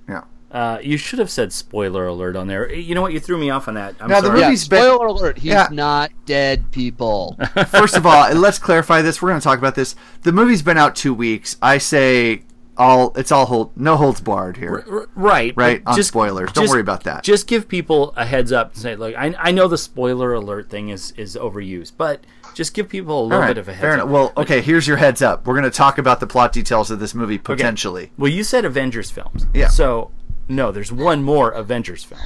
B: Yeah.
G: Uh, you should have said spoiler alert on there. You know what? You threw me off on that. I'm
B: Now, the
G: sorry.
B: movie-
A: Yeah,
B: Movie's been-
A: spoiler alert. He's
B: Yeah.
A: not dead, people.
B: First of all, let's clarify this. We're going to talk about this. The movie's been out two weeks. I say all it's all hold no holds barred here.
G: R- right but
B: Right, on spoilers. Don't worry about that.
G: just give people a heads up and say look I, I know the spoiler alert thing is is overused but just give people a little
B: All right,
G: bit of a heads
B: fair
G: up
B: enough. Well, okay. Here's your heads up. We're going to talk about the plot details of this movie
G: Okay.
B: potentially.
G: well you said avengers films
B: Yeah.
G: so no there's one more avengers film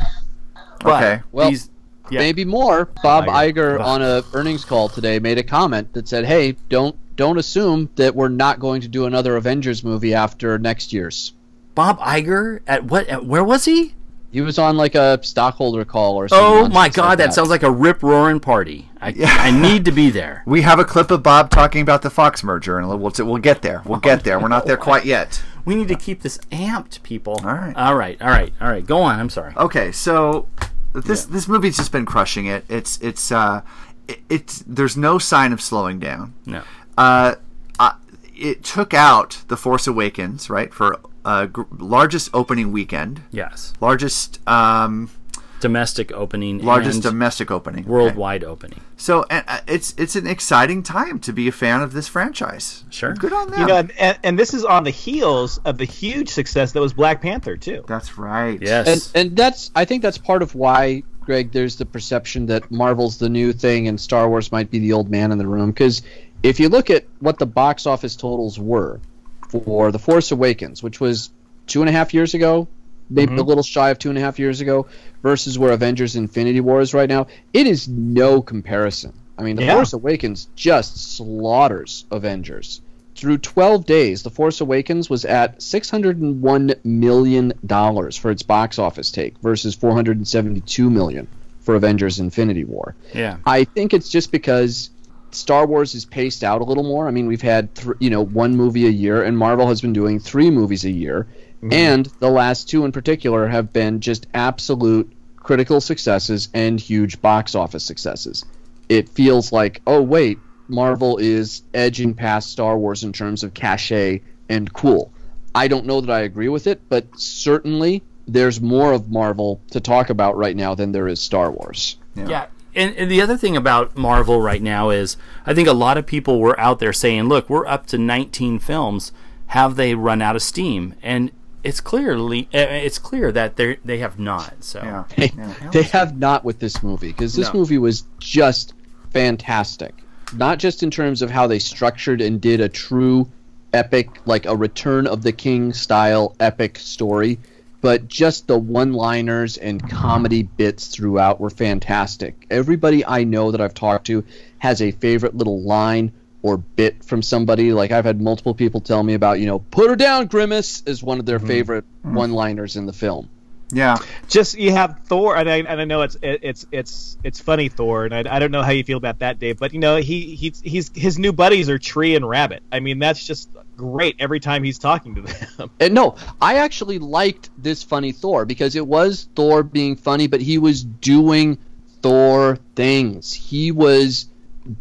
G: but
B: Okay.
A: Well,
G: these, yeah.
A: Maybe more. Bob Iger
G: Iger.
A: on a earnings call today made a comment that said, "Hey, don't don't assume that we're not going to do another Avengers movie after next year's."
G: bob Iger at what at, where was he
A: He was on like a stockholder call or something.
G: Oh
A: nonsense
G: my god, that
A: that.
G: sounds like a rip roaring party. I, I need to be there.
B: We have a clip of Bob talking about the Fox merger, and we'll, we'll get there. We'll get there. We're not there quite yet.
G: We need to keep this amped, people. All right. All right. All right. All right. Go on. I'm sorry.
B: Okay, so this this movie's just been crushing it. It's it's uh, it, it's there's no sign of slowing down.
G: No.
B: Uh, I, it took out the Force Awakens right for uh, gr- largest opening weekend.
G: Yes.
B: Largest um,
G: domestic opening.
B: Largest
G: and
B: domestic opening.
G: Worldwide opening.
B: So and, uh, it's it's an exciting time to be a fan of this franchise.
G: Sure.
B: Good on them.
H: You know, and, and this is on the heels of the huge success that was Black Panther too.
B: That's right.
A: And and that's I think that's part of why Greg there's the perception that Marvel's the new thing and Star Wars might be the old man in the room cuz if you look at what the box office totals were for The Force Awakens, which was two and a half years ago, maybe
L: Mhm.
A: a little shy of two and a half years ago, versus where Avengers Infinity War is right now, it is no comparison. I mean, The
L: Yeah.
A: Force Awakens just slaughters Avengers. Through 12 days, The Force Awakens was at $601 million for its box office take versus $472 million for Avengers Infinity War.
G: Yeah.
A: I think it's just because Star Wars is paced out a little more. I mean, we've had thr you know one movie a year, and Marvel has been doing three movies a year, and the last two in particular have been just absolute critical successes and huge box office successes. It feels like, oh wait, Marvel is edging past Star Wars in terms of cachet and cool. I don't know that I agree with it, but certainly there's more of Marvel to talk about right now than there is Star Wars.
G: Yeah. And, and the other thing about Marvel right now is I think a lot of people were out there saying, look, we're up to 19 films. Have they run out of steam? And it's clearly eh, eh, it's clear that they they have not. So
A: They, they have not with this movie because this
G: No.
A: movie was just fantastic. Not just in terms of how they structured and did a true epic, like a Return of the King style epic story, but just the one liners and comedy bits throughout were fantastic. Everybody I know that I've talked to has a favorite little line or bit from somebody. Like I've had multiple people tell me about, you know, put her down, Grimace is one of their favorite one liners in the film.
B: Yeah.
H: Just you have Thor, and I, and I know it's it, it's it's it's funny Thor, and I, I don't know how you feel about that, Dave, but you know he he's he's his new buddies are Tree and Rabbit. I mean that's just great every time he's talking to them.
A: And Uh, no, I actually liked this funny Thor because it was Thor being funny, but he was doing Thor things. He was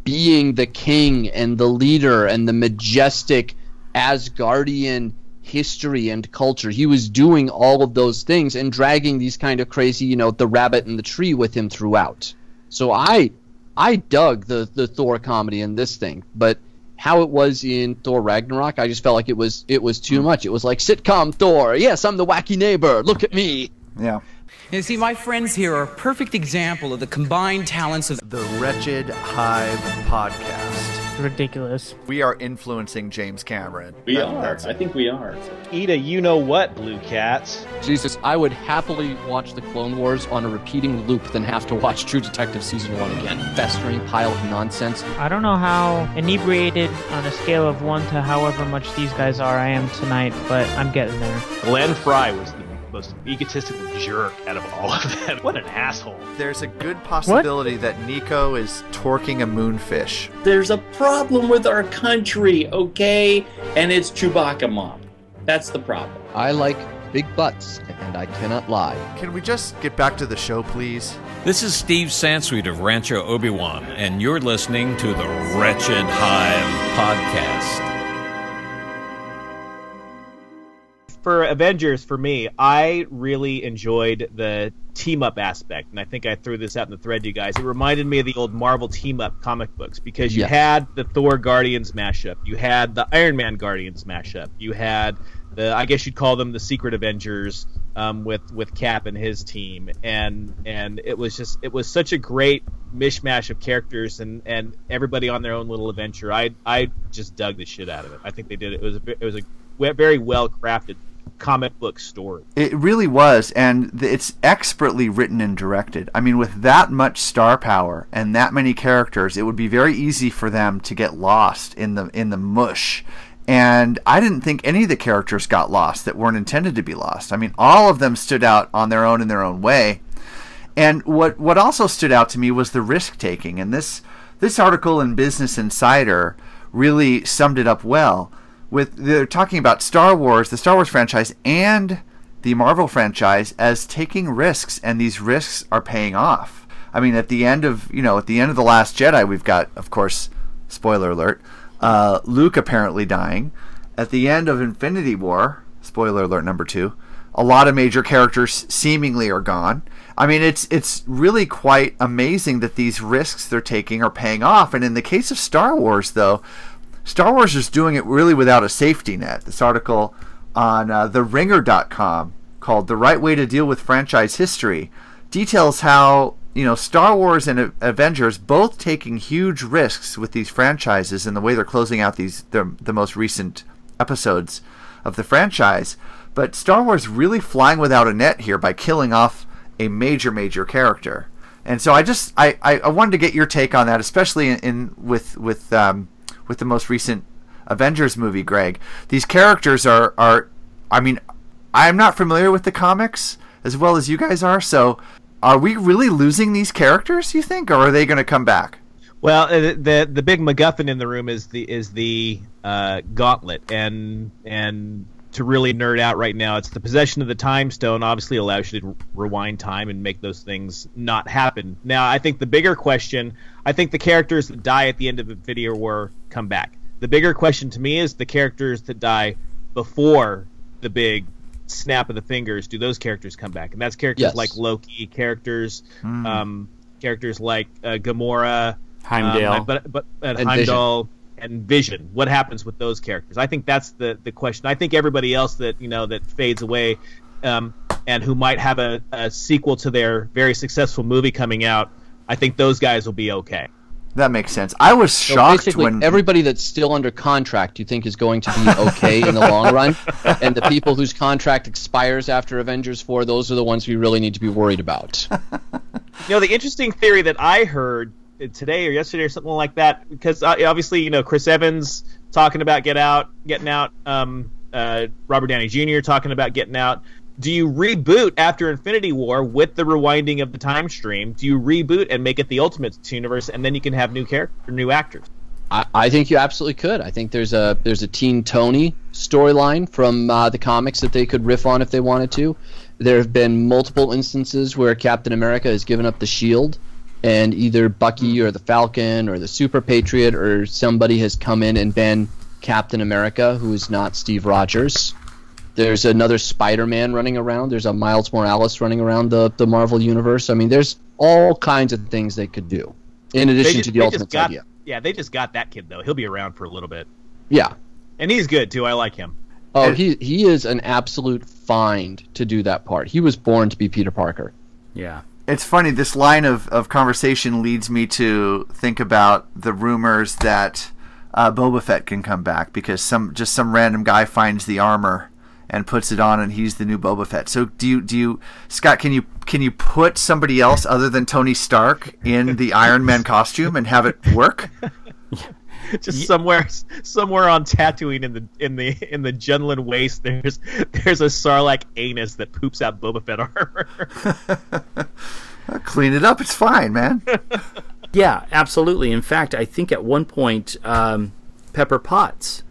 A: being the king and the leader and the majestic Asgardian history and culture. He was doing all of those things and dragging these kind of crazy, you know, the rabbit and the tree with him throughout. So I I dug the the Thor comedy in this thing, but how it was in Thor Ragnarok, I just felt like it was it was too much. It was like sitcom Thor. Yes, I'm the wacky neighbor. Look at me.
B: Yeah.
M: You see, my friends here are a perfect example of the combined talents of
B: the Wretched Hive podcast.
N: Ridiculous.
B: We are influencing James Cameron.
N: We
B: That-
N: are.
B: that's-
N: I think we are.
H: Eat a you know what, blue cats.
A: Jesus, I would happily watch the Clone Wars on a repeating loop than have to watch True Detective season one again. Festering pile of nonsense.
N: I don't know how inebriated on a scale of one to however much these guys are I am tonight, but I'm getting there.
H: Glenn Fry was the most egotistical jerk out of all of them. What an asshole.
B: There's a good possibility that Nico is torquing a moonfish.
O: There's a problem with our country, okay? And it's Chewbacca Mom. That's the problem.
A: I like big butts, and I cannot lie.
B: Can we just get back to the show, please?
P: This is Steve Sansweet of Rancho Obi Wan, and you're listening to the Wretched Hive podcast.
H: for Avengers, for me, I really enjoyed the team up aspect, and I think I threw this out in the thread, you guys. It reminded me of the old Marvel team up comic books because you
L: Yes.
H: had the Thor Guardians mashup, you had the Iron Man Guardians mashup, you had the I guess you'd call them the Secret Avengers um, with with Cap and his team, and and it was just it was such a great mishmash of characters and and everybody on their own little adventure. I I just dug the shit out of it. I think they did it. It was a, it was a we- very well crafted comic book story.
B: It really was, and th- it's expertly written and directed. I mean, with that much star power and that many characters, it would be very easy for them to get lost in the in the mush And I didn't think any of the characters got lost that weren't intended to be lost. I mean, all of them stood out on their own in their own way. And what what also stood out to me was the risk taking. And this this article in Business Insider really summed it up well. With they're talking about Star Wars, the Star Wars franchise, and the Marvel franchise as taking risks, and these risks are paying off. I mean, at the end of you know, at the end of the Last Jedi, we've got, of course, spoiler alert, uh, Luke apparently dying. At the end of Infinity War, spoiler alert number two, a lot of major characters seemingly are gone. I mean, it's it's really quite amazing that these risks they're taking are paying off. And in the case of Star Wars, though, Star Wars is doing it really without a safety net. This article on uh, TheRinger.com called "The Right Way to Deal with Franchise History" details how you know Star Wars and A- Avengers both taking huge risks with these franchises and the way they're closing out these their, the most recent episodes of the franchise. But Star Wars really flying without a net here by killing off a major, major character. And so I just I, I, I wanted to get your take on that, especially in, in with with um, with the most recent Avengers movie, Greg. These characters are are I mean I'm not familiar with the comics as well as you guys are, so are we really losing these characters, you think, or are they gonna come back?
H: Well, uh, the the big MacGuffin in the room is the is the uh, gauntlet, and and to really nerd out right now, it's the possession of the time stone obviously allows you to rewind time and make those things not happen. Now, I think the bigger question, I think the characters that die at the end of the video were come back. The bigger question to me is the characters that die before the big snap of the fingers. Do those characters come back? And that's characters
L: Yes.
H: like Loki, characters,
L: Mm.
H: um, characters like uh, Gamora,
G: Heimdall.
H: um, but but and
G: And
H: Heimdall and Vision. What happens with those characters? I think that's the the question. I think everybody else that you know that fades away, um, and who might have a, a sequel to their very successful movie coming out, I think those guys will be okay.
B: That makes sense. I was
A: So
B: shocked
A: basically,
B: when
A: everybody that's still under contract, you think is going to be okay in the long run, and the people whose contract expires after Avengers four, those are the ones we really need to be worried about.
H: You know, the interesting theory that I heard today or yesterday or something like that, because uh, obviously, you know, Chris Evans talking about get out, getting out, um, uh, Robert Downey Jr. talking about getting out. Do you reboot after Infinity War with the rewinding of the time stream? Do you reboot and make it the Ultimate Universe, and then you can have new character, new actors?
A: I, I think you absolutely could. I think there's a there's a Teen Tony storyline from uh, the comics that they could riff on if they wanted to. There have been multiple instances where Captain America has given up the shield, and either Bucky
H: Hmm.
A: or the Falcon or the Super Patriot or somebody has come in and been Captain America, who is not Steve Rogers. There's another Spider-Man running around. There's a Miles Morales running around the the Marvel universe. I mean, there's all kinds of things they could do in
H: They
A: addition
H: ju-
A: to the
H: they
A: Ultimate
H: got,
A: idea.
H: Yeah, they just got that kid though. He'll be around for a little bit,
A: Yeah.
H: and he's good too. I like him.
A: Oh, he he is an absolute find to do that part. He was born to be Peter Parker.
G: Yeah.
B: it's funny this line of, of conversation leads me to think about the rumors that uh, Boba Fett can come back because some just some random guy finds the armor and puts it on and he's the new Boba Fett. So do you do you Scott can you can you put somebody else other than Tony Stark in the Iron Man costume and have it work?
H: just somewhere somewhere on Tatooine in the in the in the Junlin waste there's there's a Sarlacc anus that poops out Boba Fett armor.
B: Clean it up, it's fine, man.
G: Yeah, absolutely. In fact, I think at one point um, Pepper Potts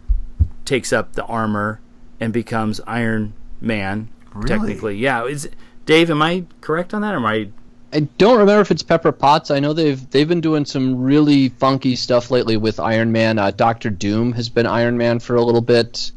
G: takes up the armor and becomes Iron Man.
A: Really?
G: Technically, yeah. Is Dave? Am I correct on that? Or am I?
A: I don't remember if it's Pepper Potts. I know they've they've been doing some really funky stuff lately with Iron Man. Uh, Doctor Doom has been Iron Man for a little bit.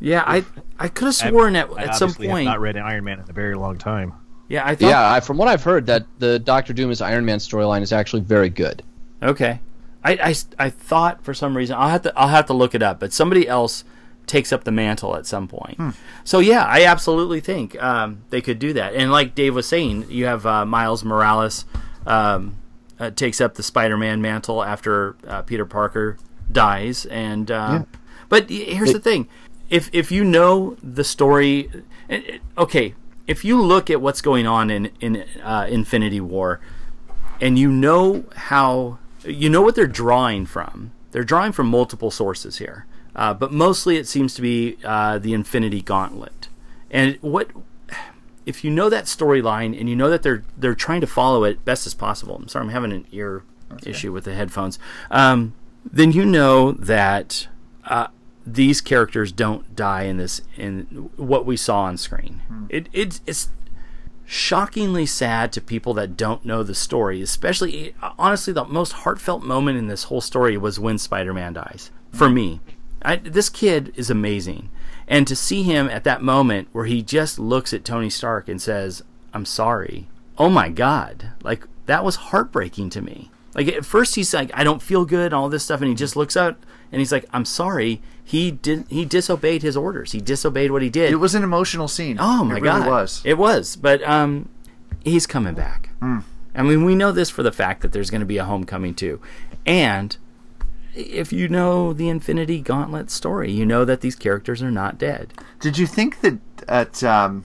G: Yeah, I I could have sworn at,
H: I
G: at some
H: obviously have
G: point.
H: not read Iron Man in a very long time.
G: Yeah, I thought.
A: yeah, I, from what I've heard, that the Doctor Doom is Iron Man storyline is actually very good.
G: Okay. I, I, I thought for some reason I'll have to I'll have to look it up, but somebody else takes up the mantle at some point.
L: Hmm.
G: So yeah, I absolutely think um, they could do that. And like Dave was saying, you have uh, Miles Morales um, uh, takes up the Spider-Man mantle after uh, Peter Parker dies, and uh, but y- here's the thing: if if you know the story, and- and- okay, if you look at what's going on in in uh, Infinity War, and you know how you know what they're drawing from. They're drawing from multiple sources here. Uh, but mostly it seems to be uh, the Infinity Gauntlet. And what if you know that storyline and you know that they're they're trying to follow it best as possible? I'm sorry, I'm having an ear issue with the headphones. Um, then you know that uh, these characters don't die in this in what we saw on screen. It, it's it's shockingly sad to people that don't know the story. Especially, honestly, the most heartfelt moment in this whole story was when Spider-Man dies. For me, I, this kid is amazing, and to see him at that moment where he just looks at Tony Stark and says, "I'm sorry." Oh my God! Like that was heartbreaking to me. Like at first he's like, I don't feel good, and all this stuff, and he just looks out and he's like, I'm sorry. He did. He disobeyed his orders. He disobeyed what he did.
B: It was an emotional scene.
G: Oh my
B: it
G: god,
B: Really was.
G: It was. But um, he's coming back.
B: Mm.
G: I mean, we know this for the fact that there's going to be a homecoming too, and if you know the Infinity Gauntlet story, you know that these characters are not dead.
B: Did you think that? At, um,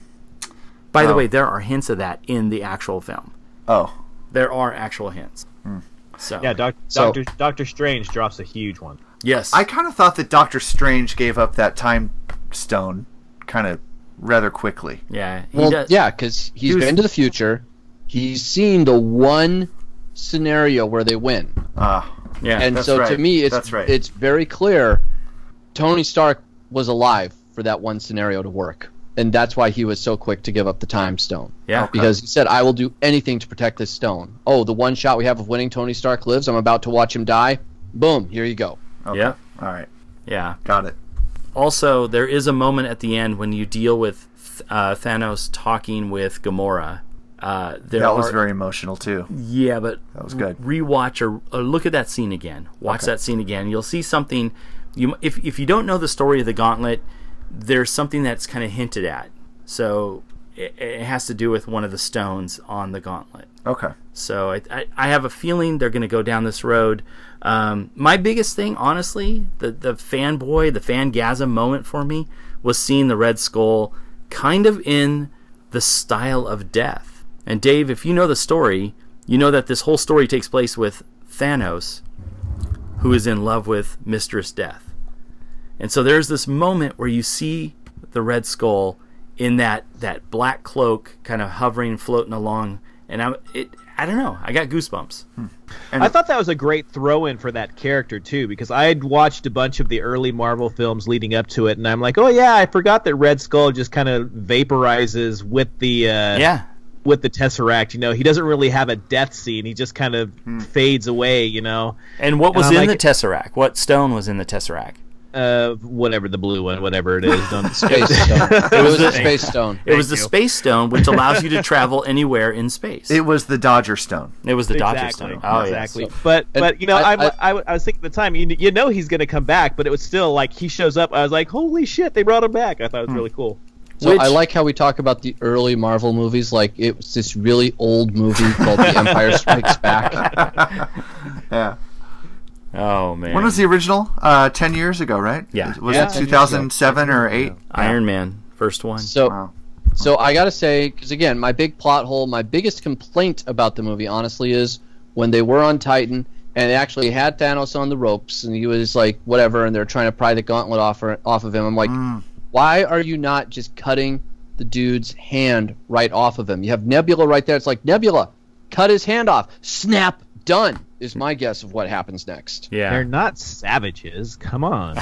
G: By the
B: oh.
G: way, there are hints of that in the actual film.
B: Oh,
G: there are actual hints.
B: Mm.
G: So
H: yeah, doc,
B: So-
H: Doctor Doctor Strange drops a huge one.
G: Yes.
B: I kind of thought that Doctor Strange gave up that time stone kind of rather quickly.
G: Yeah.
A: well, yeah, because he's
B: He was-
A: been to the future. He's seen the one scenario where they win.
B: Ah.
G: Yeah.
A: And
B: that's
A: so to
B: right.
A: me, it's
B: That's right.
A: it's very clear. Tony Stark was alive for that one scenario to work, and that's why he was so quick to give up the time stone.
G: Yeah.
A: Because he said, "I will do anything to protect this stone." Oh, the one shot we have of winning Tony Stark lives. I'm about to watch him die. Boom! Here you go.
G: Yeah.
B: All right.
G: Yeah.
B: Got it.
G: Also, there is a moment at the end when you deal with uh, Thanos talking with Gamora. Uh, there
B: that was
G: are-
B: very emotional too.
G: Yeah, but
B: That was good.
G: Rewatch or, or look at that scene again. Watch
B: Okay.
G: that scene again. You'll see something. You if if you don't know the story of the Gauntlet, there's something that's kind of hinted at. So it, it has to do with one of the stones on the Gauntlet.
B: Okay.
G: So I, I, I have a feeling they're going to go down this road. Um, my biggest thing, honestly, the the fanboy, the fangasm moment for me was seeing the Red Skull kind of in the style of death. And Dave, if you know the story, you know that this whole story takes place with Thanos, who is in love with Mistress Death. And so there's this moment where you see the Red Skull in that that black cloak, kind of hovering, floating along, and I'm it. I don't know. I got goosebumps.
H: I thought that was a great throw-in for that character too, because I had watched a bunch of the early Marvel films leading up to it, and I'm like, oh yeah, I forgot that Red Skull just kind of vaporizes with the uh,
G: Yeah.
H: with the Tesseract. You know, he doesn't really have a death scene; he just kind of fades away. You know,
G: And what was
H: I'm
G: in
H: like,
G: the Tesseract? What stone was in the Tesseract?
H: uh, whatever the blue one, whatever it is, don't
A: Space stone. It was the space stone.
G: It was the space stone, which allows you to travel anywhere in space.
B: It was the Dodger Stone.
G: It was the Dodger
H: Exactly,
G: stone. Oh, yes.
H: exactly. But but you know, I, I, I, was thinking at the time, you, kn- you know, he's going to come back, but it was still like he shows up. I was like, holy shit, they brought him back. I thought it was really cool.
A: So I like how we talk about the early Marvel movies, like it was this really old movie called The Empire Strikes Back.
B: Yeah.
G: Oh man.
B: When was the original? Uh, ten years ago, right?
G: Yeah.
B: Was
A: Yeah, 10
B: it
A: years ago.
B: 2007 or eight?
G: Iron Man, first one.
A: So, so I gotta say, because again, my big plot hole, my biggest complaint about the movie, honestly, is when they were on Titan and they actually had Thanos on the ropes, and he was like whatever, and they're trying to pry the gauntlet off or, off of him. I'm like, why are you not just cutting the dude's hand right off of him? You have Nebula right there. It's like Nebula, cut his hand off. Snap. Done is my guess of what happens next.
G: Yeah.
H: They're not savages. Come on.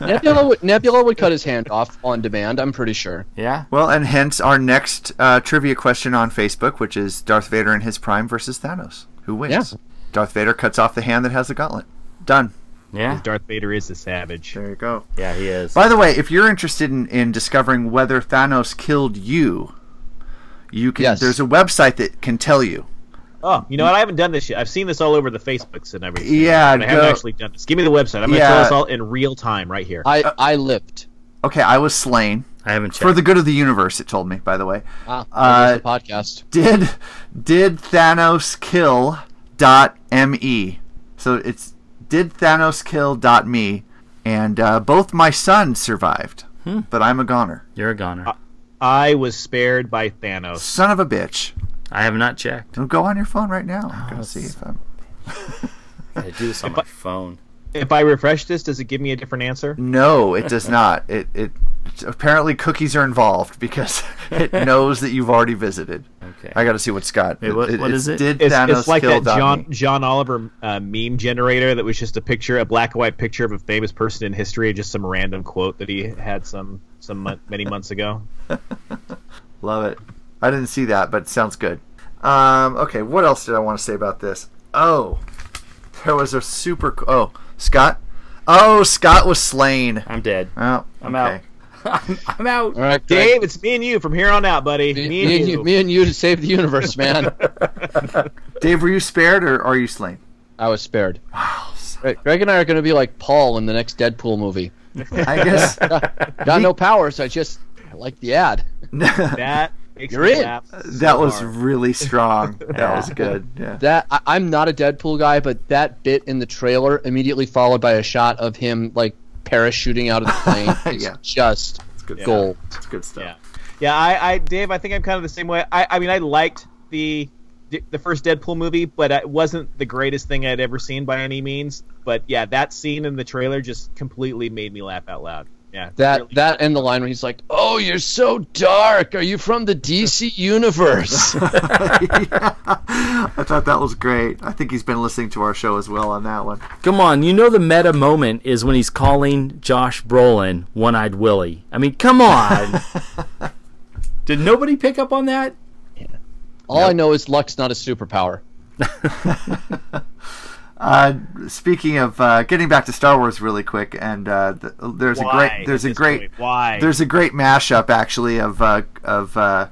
A: Nebula would, Nebula would cut his hand off on demand. I'm pretty sure.
G: Yeah.
B: Well, and hence our next uh, trivia question on Facebook, which is Darth Vader in his prime versus Thanos. Who wins? Darth Vader cuts off the hand that has the gauntlet. Done.
G: Yeah.
H: Darth Vader is a savage.
B: There you go.
G: Yeah, he is.
B: By the way, if you're interested in, in discovering whether Thanos killed you, you can. There's a website that can tell you.
H: Oh, you know what? I haven't done this yet. I've seen this all over the Facebooks and everything.
B: Yeah,
H: but I haven't
B: go-
H: actually done this. Give me the website. I'm going to
B: Yeah.
H: tell us all in real time right here.
A: I I lived.
B: Okay, I was slain.
G: I haven't
B: for the good of the universe. It told me, by the way.
A: Ah,
B: Uh,
A: there's the podcast.
B: Did did Thanos kill dot me? So it's did Thanos kill dot me? And uh, both my sons survived, but I'm a goner.
G: You're a
B: Uh,
G: goner.
H: I was spared by Thanos.
B: Son of a bitch.
G: I have not checked.
B: Oh, Go on your phone right now. I'm gonna see if I'm.
G: I do this on my phone.
H: If I refresh this, does it give me a different answer?
B: No, it does not. It it apparently cookies are involved because it knows that you've already visited. Okay. I got to see what Scott.
G: Wait, what- what is it?
B: Did
H: It's,
B: Thanos
H: it's like
B: kill
H: that
B: Dami?
H: John John Oliver uh, meme generator that was just a picture, a black and white picture of a famous person in history, just some random quote that he had some some mon- many months ago.
B: Love it. I didn't see that, but it sounds good. Um, okay, what else did I want to say about this? Oh, there was a super. co- Oh, Scott. Oh, Scott was slain.
G: I'm dead.
B: Oh,
G: I'm out.
B: okay.
G: I'm out.
A: All right,
H: Dave, it's me and you from here on out, buddy. Me,
A: me and you, me and you to save the universe, man.
B: Dave, were you spared or are you slain?
A: I was spared. Greg, Greg and I are going to be like Paul in the next Deadpool movie.
B: I guess-
A: got, got no powers. I just I like the ad.
H: That makes
A: You're
H: me
A: in.
H: laugh so
B: That was
H: hard.
B: really strong. That was good. Yeah.
A: That I, I'm not a Deadpool guy, but that bit in the trailer immediately followed by a shot of him like parachuting out of the plane. It's
B: Yeah.
A: just
B: good
A: gold.
B: It's good stuff.
H: Yeah. Yeah, I, I, Dave, I think I'm kind of the same way. I, I mean, I liked the the first Deadpool movie, but it wasn't the greatest thing I'd ever seen by any means. But yeah, that scene in the trailer just completely made me laugh out loud. Yeah,
A: That that and the line where he's like, "Oh, you're so dark. Are you from the DC universe?"
B: I thought that was great. I think he's been listening to our show as well on that one.
G: Come on, you know the meta moment is when he's calling Josh Brolin One Eyed Willie. I mean, come on. Did nobody pick up on that?
A: All I know is luck's not a superpower.
B: Uh, speaking of uh, getting back to Star Wars really quick, and uh, th- there's
H: Why
B: a great there's
H: at
B: a
H: this
B: great
H: point? Why?
B: there's a great mashup actually of uh, of uh,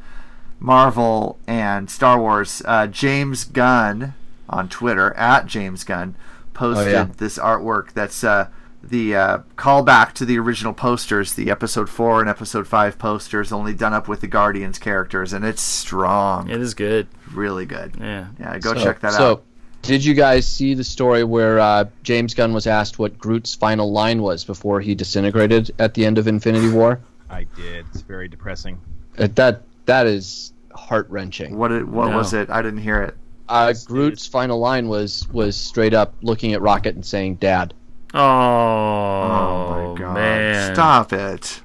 B: Marvel and Star Wars. Uh, James Gunn on Twitter at James Gunn posted
A: Oh, yeah.
B: this artwork that's uh, the uh, callback to the original posters, the Episode Four and Episode Five posters, only done up with the Guardians characters, and it's strong,
G: It is good.
B: really good.
G: Yeah.
B: Yeah, go
A: So-
B: check that
A: so,
B: out.
A: did you guys see the story where uh, James Gunn was asked what Groot's final line was before he disintegrated at the end of Infinity War?
H: I did. It's very depressing.
A: Uh, that that is heart wrenching.
B: What it, what
G: No.
B: was it? I didn't hear it.
A: Uh, Groot's final line was was straight up looking at Rocket and saying, "Dad."
G: Oh,
B: Oh my god!
G: man.
B: Stop it!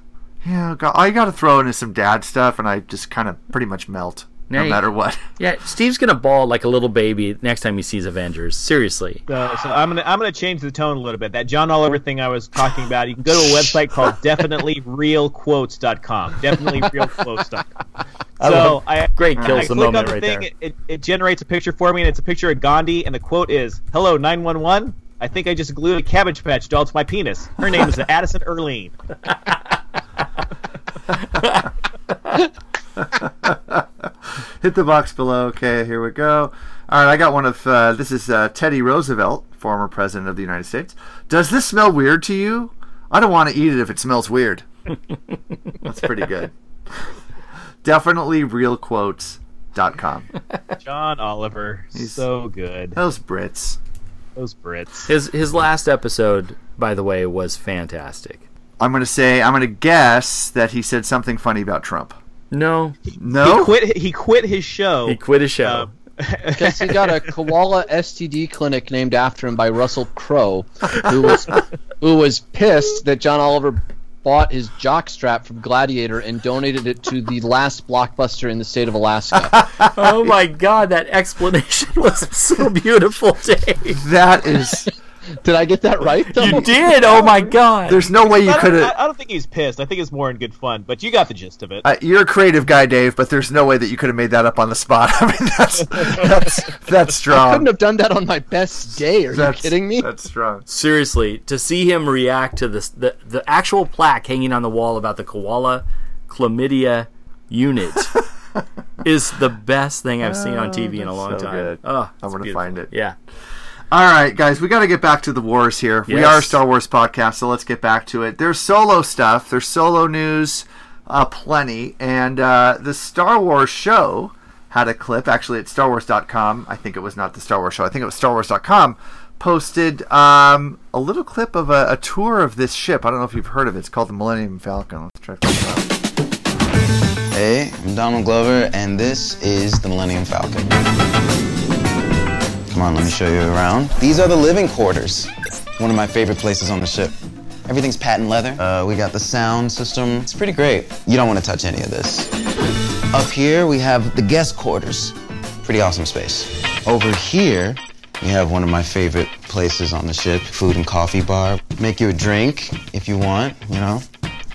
B: Yeah, go- I got to throw into some dad stuff, and I just kind of pretty much melt no
G: Hey.
B: matter what.
G: Yeah, Steve's going to bawl like a little baby next time he sees Avengers. Seriously.
H: Uh, So, so I'm gonna I'm gonna change the tone a little bit. That John Oliver thing I was talking about. You can go to a website called definitelyrealquotes.com. Definitelyrealquotes.com. So I
G: Great
H: I
G: kills the
H: click on
G: moment
H: the
G: right
H: thing,
G: there.
H: It, it generates a picture for me, and it's a picture of Gandhi, and the quote is, "Hello, 911. I think I just glued a cabbage patch doll to my penis. Her name is Addison Erline."
B: Hit the box below. Okay, here we go. All right, I got one of uh, this is uh, Teddy Roosevelt, former president of the United States. Does this smell weird to you? I don't want to eat it if it smells weird. That's pretty good. Definitely realquotes.com.
H: John Oliver, so good.
B: Those Brits.
H: Those Brits.
G: His, his last episode, by the way, was fantastic.
B: I'm gonna say I'm gonna guess that he said something funny about Trump.
G: No,
H: He
B: No,
H: quit. He quit his show.
G: he quit his show.
A: Because he got a koala STD clinic named after him by Russell Crowe, who was who was pissed that John Oliver bought his jockstrap from Gladiator and donated it to the last blockbuster in the state of Alaska.
G: oh my god, that explanation was so beautiful, Dave.
B: that is.
A: Did I get that right? Though?
G: You did. Oh my god.
B: There's no way you
H: I
B: could
H: don't, I,
B: have.
H: I don't think he's pissed. I think it's more in good fun. But you got the gist of it.
B: Uh, you're a creative guy, Dave, but there's no way that you could have made that up on the spot. I mean, that's that's that's strong.
A: Couldn't have done that on my best day. Are
B: that's,
A: you kidding me?
B: That's strong.
G: Seriously, to see him react to this the, the actual plaque hanging on the wall about the koala chlamydia unit is the best thing I've seen on TV in a long
B: Ah, so
G: time.
B: good.
G: Oh,
B: I'm
G: it's
B: gonna
G: beautiful.
B: find it.
G: Yeah.
B: All right, guys, we got to get back to the wars here. We
G: Yes.
B: are a Star Wars podcast, so let's get back to it. There's solo stuff. There's solo news, uh, plenty, and uh, the Star Wars show had a clip. Actually, at StarWars.com, I think it was not the Star Wars show. I think it was StarWars.com posted um, a little clip of a, a tour of this ship. I don't know if you've heard of it. It's called the Millennium Falcon. Let's check this out.
L: Hey, I'm Donald Glover, and this is the Millennium Falcon. Come on, let me show you around. These are the living quarters. One of my favorite places on the ship. Everything's patent leather. Uh, we got the sound system. It's pretty great. You don't want to touch any of this. Up here, we have the guest quarters. Pretty awesome space. Over here, we have one of my favorite places on the ship food and coffee bar. Make you a drink if you want, you know.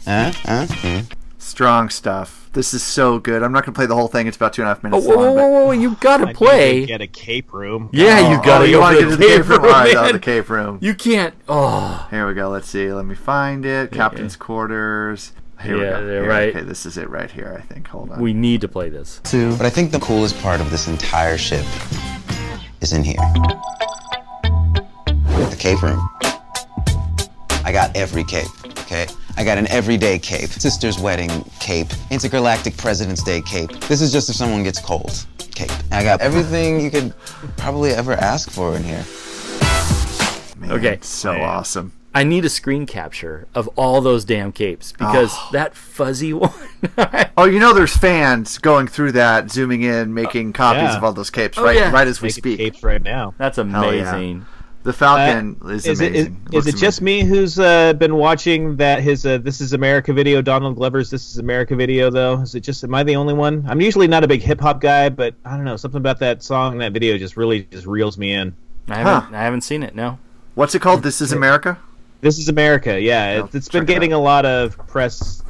L: Eh? Eh? Mm.
B: Strong stuff. This is so good. I'm not going to play the whole thing. It's about two and a half
G: Oh,
B: minutes
G: whoa, whoa,
B: long. but-
G: whoa, whoa, you gotta
B: I need to
G: play.
H: Get a cape room.
B: Yeah, you gotta
G: oh,
B: go
G: you
B: want to
G: go
B: get to the cape room. All right,
G: man.
B: the cape room.
G: You can't. Oh,
B: here we go. Let's see. Let me find it. Captain's quarters. Here
G: Yeah,
B: we go.
G: they're
B: Here,
G: right.
B: Okay, this is it right here. I think. Hold on.
G: We need to play this.
L: Two. But I think the coolest part of this entire ship is in here the cape room. I got every cape, okay? I got an everyday cape, sister's wedding cape, intergalactic president's day cape. This is just if someone gets cold cape. I got everything you could probably ever ask for in here.
G: okay.
B: So awesome.
G: I need a screen capture of all those damn capes because that fuzzy one.
B: Oh, you know, there's fans going through that, zooming in, making copies
G: Oh, yeah.
B: of all those capes,
G: Oh,
B: right?
G: yeah.
B: Right as we
G: Making
B: speak.
H: Capes right now.
G: That's
B: Hell yeah. The Falcon is,
H: Uh, is it,
B: amazing.
H: is,
B: It
H: is
B: looks
H: it just me who's uh, been watching that his uh, This Is America video, Donald Glover's This Is America video, though? Is it just, am I the only one? I'm usually not a big hip hop guy, but I don't know. Something about that song and that video just really just reels me in.
G: I haven't, I haven't seen it. No.
B: What's it called? This is America.
H: This is America. Yeah, it, it's
B: check
H: been
B: it
H: getting a lot of press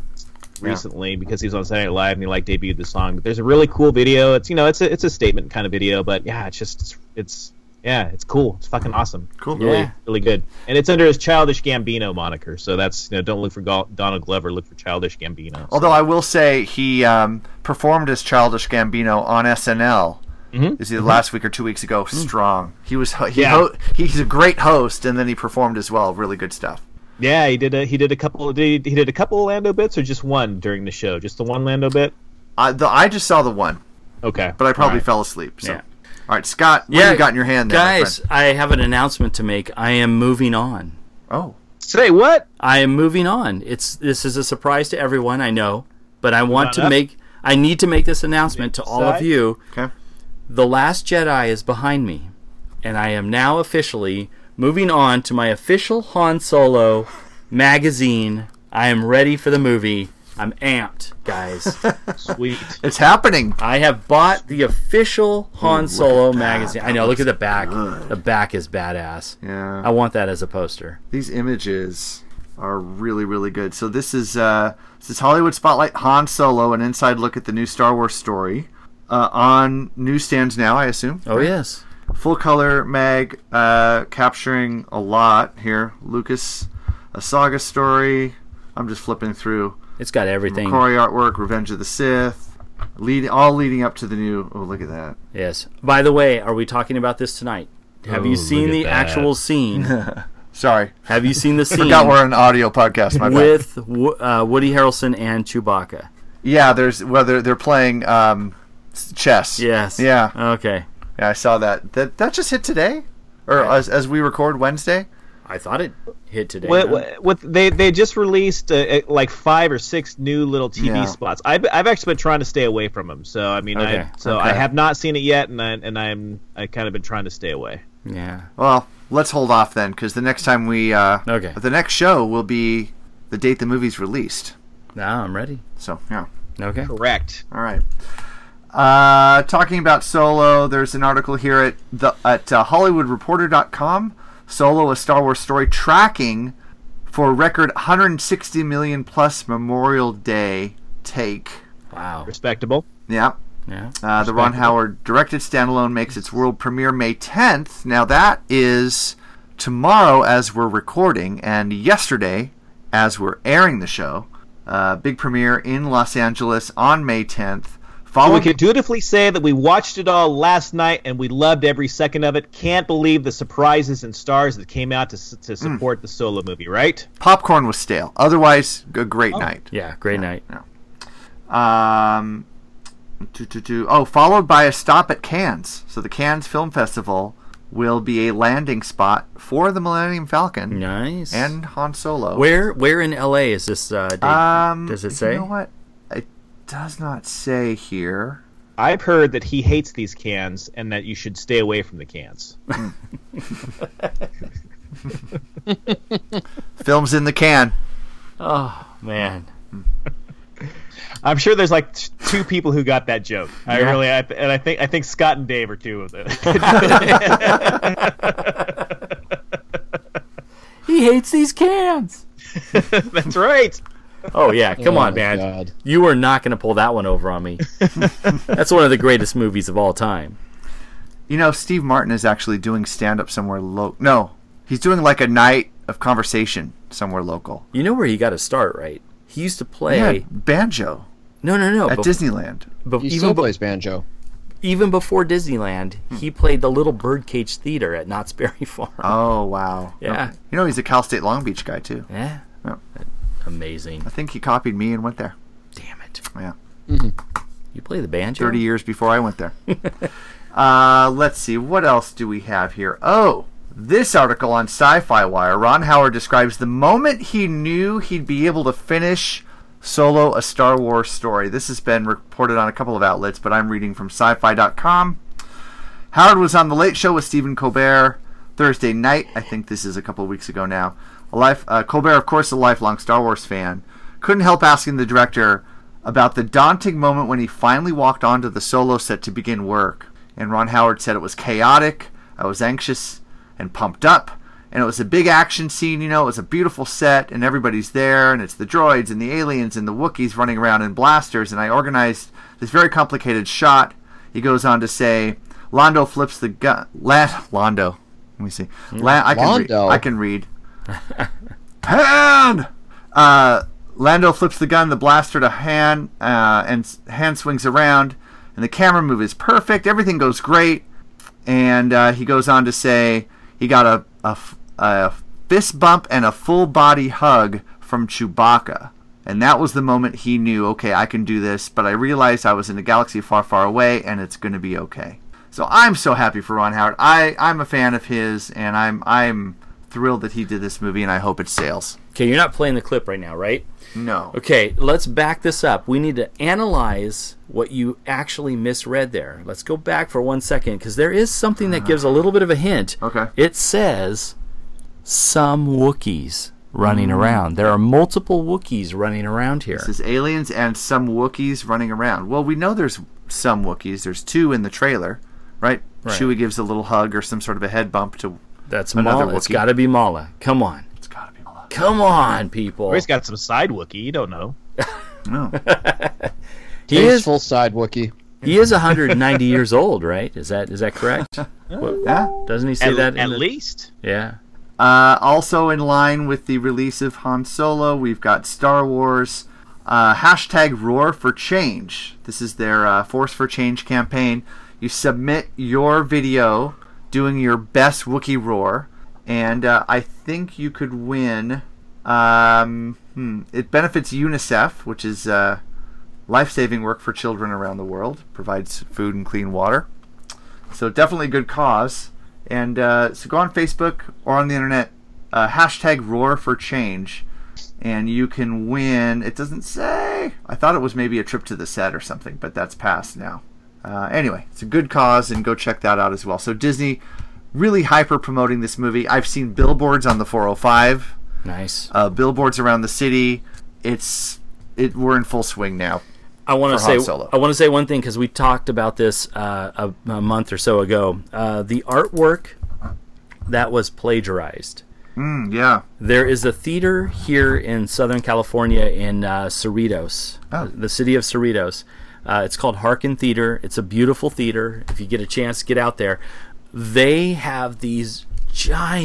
B: Yeah.
H: recently because he was on Saturday Night Live and he like debuted the song. But there's a really cool video. It's you know it's a it's a statement kind of video, but yeah, it's just it's, it's yeah it's cool. It's fucking awesome.
B: Cool.
H: Really
G: Yeah.
H: really good. And it's under his Childish Gambino moniker. So that's you know don't look for Gol Donald Glover, look for Childish Gambino.
B: Although I will say he um, performed as Childish Gambino on SNL.
H: Mhm.
B: Is either last week or two weeks
G: Mm.
B: ago? Strong. He was. ho- He
H: Yeah.
B: ho- he's a great host, and then he performed as well. Really good stuff.
H: Yeah, he did a he did a couple did he, he did a couple Lando bits or just one during the show. Just the one Lando bit.
B: I the, I just saw the one,
H: Okay,
B: but I probably
G: Alright.
B: fell asleep. So.
G: Yeah.
B: All right, Scott. What have you got in your hand, there, my
G: guys? I have an announcement to make. I am moving on.
B: Oh.
H: Say what?
G: I am moving on. It's this is a surprise to everyone. I know, but I want
H: Not
G: to
H: enough?
G: make. I need to make this announcement to all of
H: Side?
G: you.
B: Okay.
G: The Last Jedi is behind me, and I am now officially moving on to my official Han Solo magazine. I am ready for the movie. I'm amped, guys.
H: Sweet.
B: It's happening.
G: I have bought the official Han
B: Ooh,
G: Solo
B: look at that.
G: magazine. I
B: That
G: know. Look at the
B: looks
G: back.
B: good.
G: The back is badass.
B: Yeah.
G: I want that as a poster.
B: These images are really, really good. So this is uh, this is Hollywood Spotlight Han Solo, an inside look at the new Star Wars story. Uh, on newsstands now, I assume.
G: Oh yes.
B: Full color mag uh, capturing a lot here. Lucas, a saga story. I'm just flipping through.
G: It's got everything.
B: Corey artwork, Revenge of the Sith, lead, all leading up to the new. Oh, look at that.
G: Yes. By the way, are we talking about this tonight? Have
B: Oh,
G: you seen
B: look at
G: the
B: that.
G: actual scene?
B: Sorry.
G: Have you seen the scene?
B: Forgot we're an audio podcast. My bad.
G: Hmm. with Wo- uh, Woody Harrelson and Chewbacca.
B: Yeah, there's whether they're playing um, s- chess.
G: Yes.
B: Yeah.
G: Okay.
B: Yeah, I saw that. That that just hit today, or as, as we record Wednesday.
G: I thought it hit today.
H: What, what, what they they just released uh, uh, like five or six new little TV
B: Yeah.
H: spots. I've, I've actually been trying to stay away from them. So I mean,
B: Okay,
H: I so
B: okay.
H: I have not seen it yet, and I and I'm I kind of been trying to stay away.
G: Yeah.
B: Well, let's hold off then, because the next time we uh,
G: okay,
B: the next show will be the date the movie's released.
G: Now I'm ready.
B: So yeah.
G: Okay.
H: Correct.
B: All right. Uh, talking about Solo, there's an article here at the at uh, HollywoodReporter.com. Solo, a Star Wars story, tracking for record 160 million plus Memorial Day take.
G: Wow.
H: Respectable.
B: Yeah.
G: Yeah.
B: Uh, the Ron Howard directed standalone makes its world premiere May 10th. Now that is tomorrow as we're recording, and yesterday as we're airing the show. Uh, big premiere in Los Angeles on May 10th.
H: So we
B: Following
H: can dutifully say that we watched it all last night and we loved every second of it. Can't believe the surprises and stars that came out to s- to support the solo movie. Right?
B: popcorn was stale. Otherwise, a great
G: Oh.
B: night.
G: Yeah. Great night.
B: Um, do, do, do. Oh, followed by a stop at Cannes. So the Cannes Film Festival will be a landing spot for the Millennium Falcon
G: Nice.
B: and Han Solo.
G: Where Where in L.A. is this? Uh, date?
B: Um,
G: Does it
B: You
G: say?
B: know what? It does not say here.
H: I've heard that he hates these cans and that you should stay away from the cans.
B: Film's in the can.
G: Oh man.
H: I'm sure there's like t- two people who got that joke. I
G: Yeah.
H: really, I, and I think I think Scott and Dave are two of them.
G: He hates these cans.
H: That's right.
G: Oh yeah, come
H: Oh,
G: on, man. You are not going to pull that one over on me. That's one of the greatest movies of all time.
B: You know, Steve Martin is actually doing stand up somewhere local. No, he's doing like a night of conversation somewhere local.
G: You know where he got to start, right? He used to play
B: Yeah, banjo.
G: No, no, no.
B: At
G: bef-
B: Disneyland.
G: bef-
B: He still
G: plays
Q: banjo.
G: Even before Disneyland, he played the Little Birdcage Theater at Knott's Berry Farm.
B: Oh wow.
G: Yeah.
B: You know he's a Cal State Long Beach guy too.
G: Yeah. Amazing.
B: I think he copied me and went there.
G: Damn it.
B: Yeah.
G: You play the banjo.
B: Thirty years before I went there. uh, let's see. What else do we have here? Oh, this article on Sci-Fi Wire. Ron Howard describes the moment he knew he'd be able to finish solo a Star Wars story. This has been reported on a couple of outlets, but I'm reading from Sci-Fi.com. Howard was on The Late Show with Stephen Colbert Thursday night. I think this is a couple of weeks ago now. A life, uh, Colbert, of course, a lifelong Star Wars fan, couldn't help asking the director about the daunting moment when he finally walked onto the solo set to begin work. And Ron Howard said it was chaotic, I was anxious and pumped up, and it was a big action scene, you know, it was a beautiful set, and everybody's there, and it's the droids and the aliens and the Wookiees running around in blasters, and I organized this very complicated shot. He goes on to say, Londo flips the gun. La- Londo. Let me see. La- I, can read.
Q: Londo.
B: I can read. Han! Uh, Lando flips the gun, the blaster to Han, uh, and s- Han swings around, and the camera move is perfect. Everything goes great. And uh, he goes on to say he got a, a f- a fist bump and a full body hug from Chewbacca. And that was the moment he knew, okay, I can do this, but I realized I was in a galaxy far, far away, and it's going to be okay. So I'm so happy for Ron Howard. I, I'm a fan of his, and I'm I'm thrilled that he did this movie, and I hope it sails.
G: Okay, you're not playing the clip right now, right?
B: No.
G: Okay, let's back this up. We need to analyze what you actually misread there. Let's go back for one second because there is something that gives a little bit of a hint.
B: Okay.
G: It says some Wookiees running around. There are multiple Wookiees running around here.
B: Mm. This is aliens and some Wookiees running around. Well, we know there's some Wookiees. There's two in the trailer, right?
G: Right.
B: Chewie gives a little hug or some sort of a head bump to
G: That's
B: another
G: Mala. It's
B: Wookiee.
G: got to be Mala. Come on. It's got to be Mala. Come on, people.
H: Or he's got some side Wookie. You don't know.
B: no.
G: He is
Q: full side Wookie.
G: He is 190 years old, right? Is that is that correct? What-
B: Yeah.
G: Doesn't he say
H: At-
G: that? in
H: at
G: the-
H: least.
G: Yeah.
B: Uh, also in line with the release of Han Solo, we've got Star Wars uh, hashtag Roar for Change. This is their uh, Force for Change campaign. You submit your video doing your best Wookiee roar, and uh, I think you could win. Um, hmm, it benefits UNICEF, which is uh, life-saving work for children around the world, provides food and clean water. So definitely a good cause. And uh, so go on Facebook or on the internet, uh, hashtag Roar for Change, and you can win. It doesn't say. I thought it was maybe a trip to the set or something, but that's past now. Uh, anyway, it's a good cause, and go check that out as well. So Disney really hyper promoting this movie. I've seen billboards on the 405,
G: Nice.
B: uh, billboards around the city. It's it. We're in full swing now.
G: I want to
B: for Han
G: say
B: Solo.
G: I want to say one thing because we talked about this uh, a, a month or so ago. Uh, the artwork that was plagiarized.
B: Mm, yeah.
G: There is a theater here in Southern California in uh, Cerritos,
B: Oh.
G: the city of Cerritos. Uh, it's called Harkin Theater. It's a beautiful theater. If you get a chance, get out there. They have these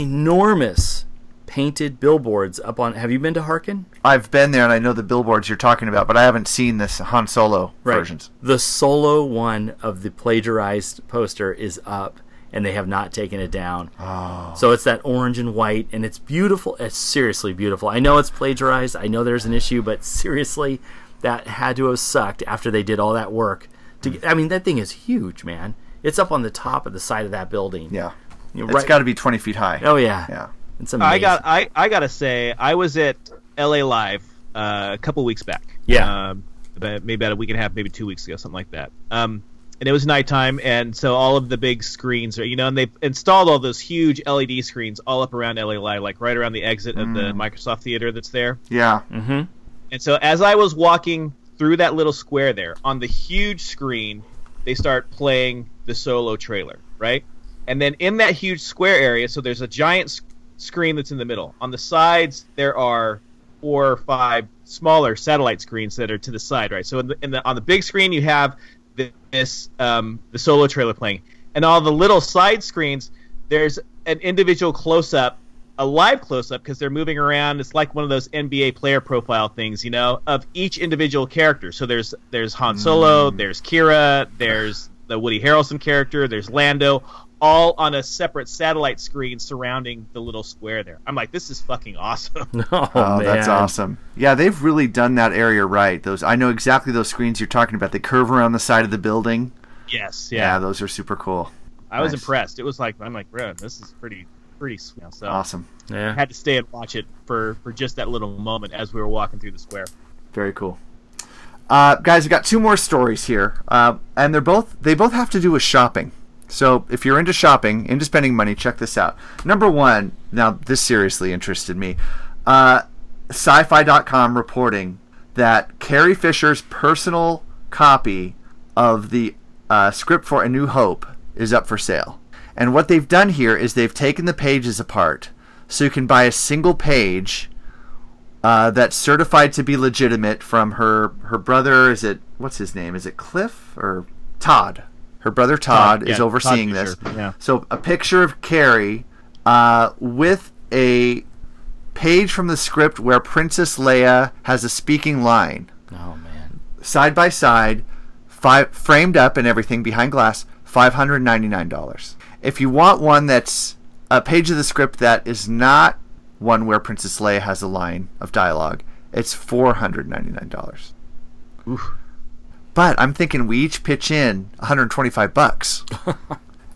G: ginormous painted billboards up on. Have you been to Harkin?
B: I've been there, and I know the billboards you're talking about, but I haven't seen this Han Solo
G: Right.
B: versions.
G: The solo one of the plagiarized poster is up, and they have not taken it down. Oh. So it's that orange and white, and it's beautiful. It's seriously beautiful. I know it's plagiarized. I know there's an issue, but seriously, that had to have sucked after they did all that work. To
B: Hmm.
G: get, I mean, that thing is huge, man. It's up on the top of the side of that building.
B: Yeah,
G: You're
B: It's got to be 20 feet high.
G: Oh yeah,
B: Yeah.
G: It's amazing.
H: I got I, I gotta say I was at L.A. Live uh, a couple weeks back.
G: Yeah.
H: um, about, maybe about a week and a half, maybe two weeks ago, something like that. Um, and it was nighttime, and so all of the big screens are, you know, and they installed all those huge LED screens all up around LA, like right around the exit of the
B: Mm.
H: Microsoft Theater that's there.
B: Yeah.
G: Mm-hmm.
H: And so as I was walking through that little square there, on the huge screen, they start playing the solo trailer, right? And then in that huge square area, so there's a giant s- screen that's in the middle. On the sides, there are four or five smaller satellite screens that are to the side, right? So in the, in the, on the big screen, you have th- this um, the solo trailer playing, and all the little side screens, there's an individual close up a live close up because they're moving around. It's like one of those NBA player profile things, you know, of each individual character. So there's there's Han Solo,
B: Mm.
H: there's Kira, there's the Woody Harrelson character, there's Lando, all on a separate satellite screen surrounding the little square there. I'm like, this is fucking awesome.
G: Oh,
B: Oh, that's
G: man.
B: awesome. Yeah, they've really done that area right. Those I know exactly those screens you're talking about. They curve around the side of the building.
H: yes, yeah.
B: those are super cool.
H: I was
B: Nice.
H: impressed. It was like I'm like, bro, this is pretty pretty sweet. So
B: Awesome.
G: Yeah.
H: had to stay and watch it for for just that little moment as we were walking through the square.
B: Very cool. Uh, guys, we got two more stories here, uh, and they're both they both have to do with shopping. So if you're into shopping, into spending money, check this out. Number one, now this seriously interested me. Uh, Sci-fi.com reporting that Carrie Fisher's personal copy of the uh, script for A New Hope is up for sale. And what they've done here is they've taken the pages apart, so you can buy a single page uh, that's certified to be legitimate from her her brother. Is it what's his name? Is it Cliff or Todd? Her brother Todd,
H: Todd,
B: is
H: yeah,
B: overseeing
H: Todd
B: this.
H: Fisher, yeah.
B: So a picture of Carrie uh, with a page from the script where Princess Leia has a speaking line.
G: Oh man.
B: Side by side, five, framed up and everything behind glass, five hundred ninety nine dollars. If you want one that's a page of the script that is not one where Princess Leia has a line of dialogue, it's four hundred ninety nine dollars. But I'm thinking we each pitch in 125 bucks,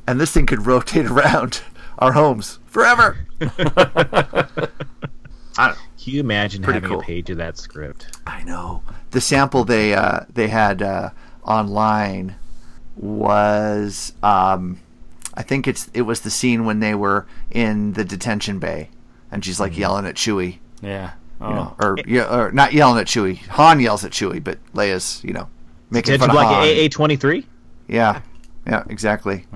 B: and this thing could rotate around our homes forever. I don't know.
H: Can you imagine
B: Pretty
H: having
B: cool.
H: a page of that script?
B: I know. The sample they uh, they had uh, online was um, I think it's it was the scene when they were in the detention bay and she's like yelling at Chewie,
G: Yeah.
B: you know, or yeah, or not yelling at Chewie. Han yells at Chewie, but Leia's you know making fun
H: Detention
B: of
H: like
B: Han.
H: AA twenty three.
B: Yeah, yeah, exactly.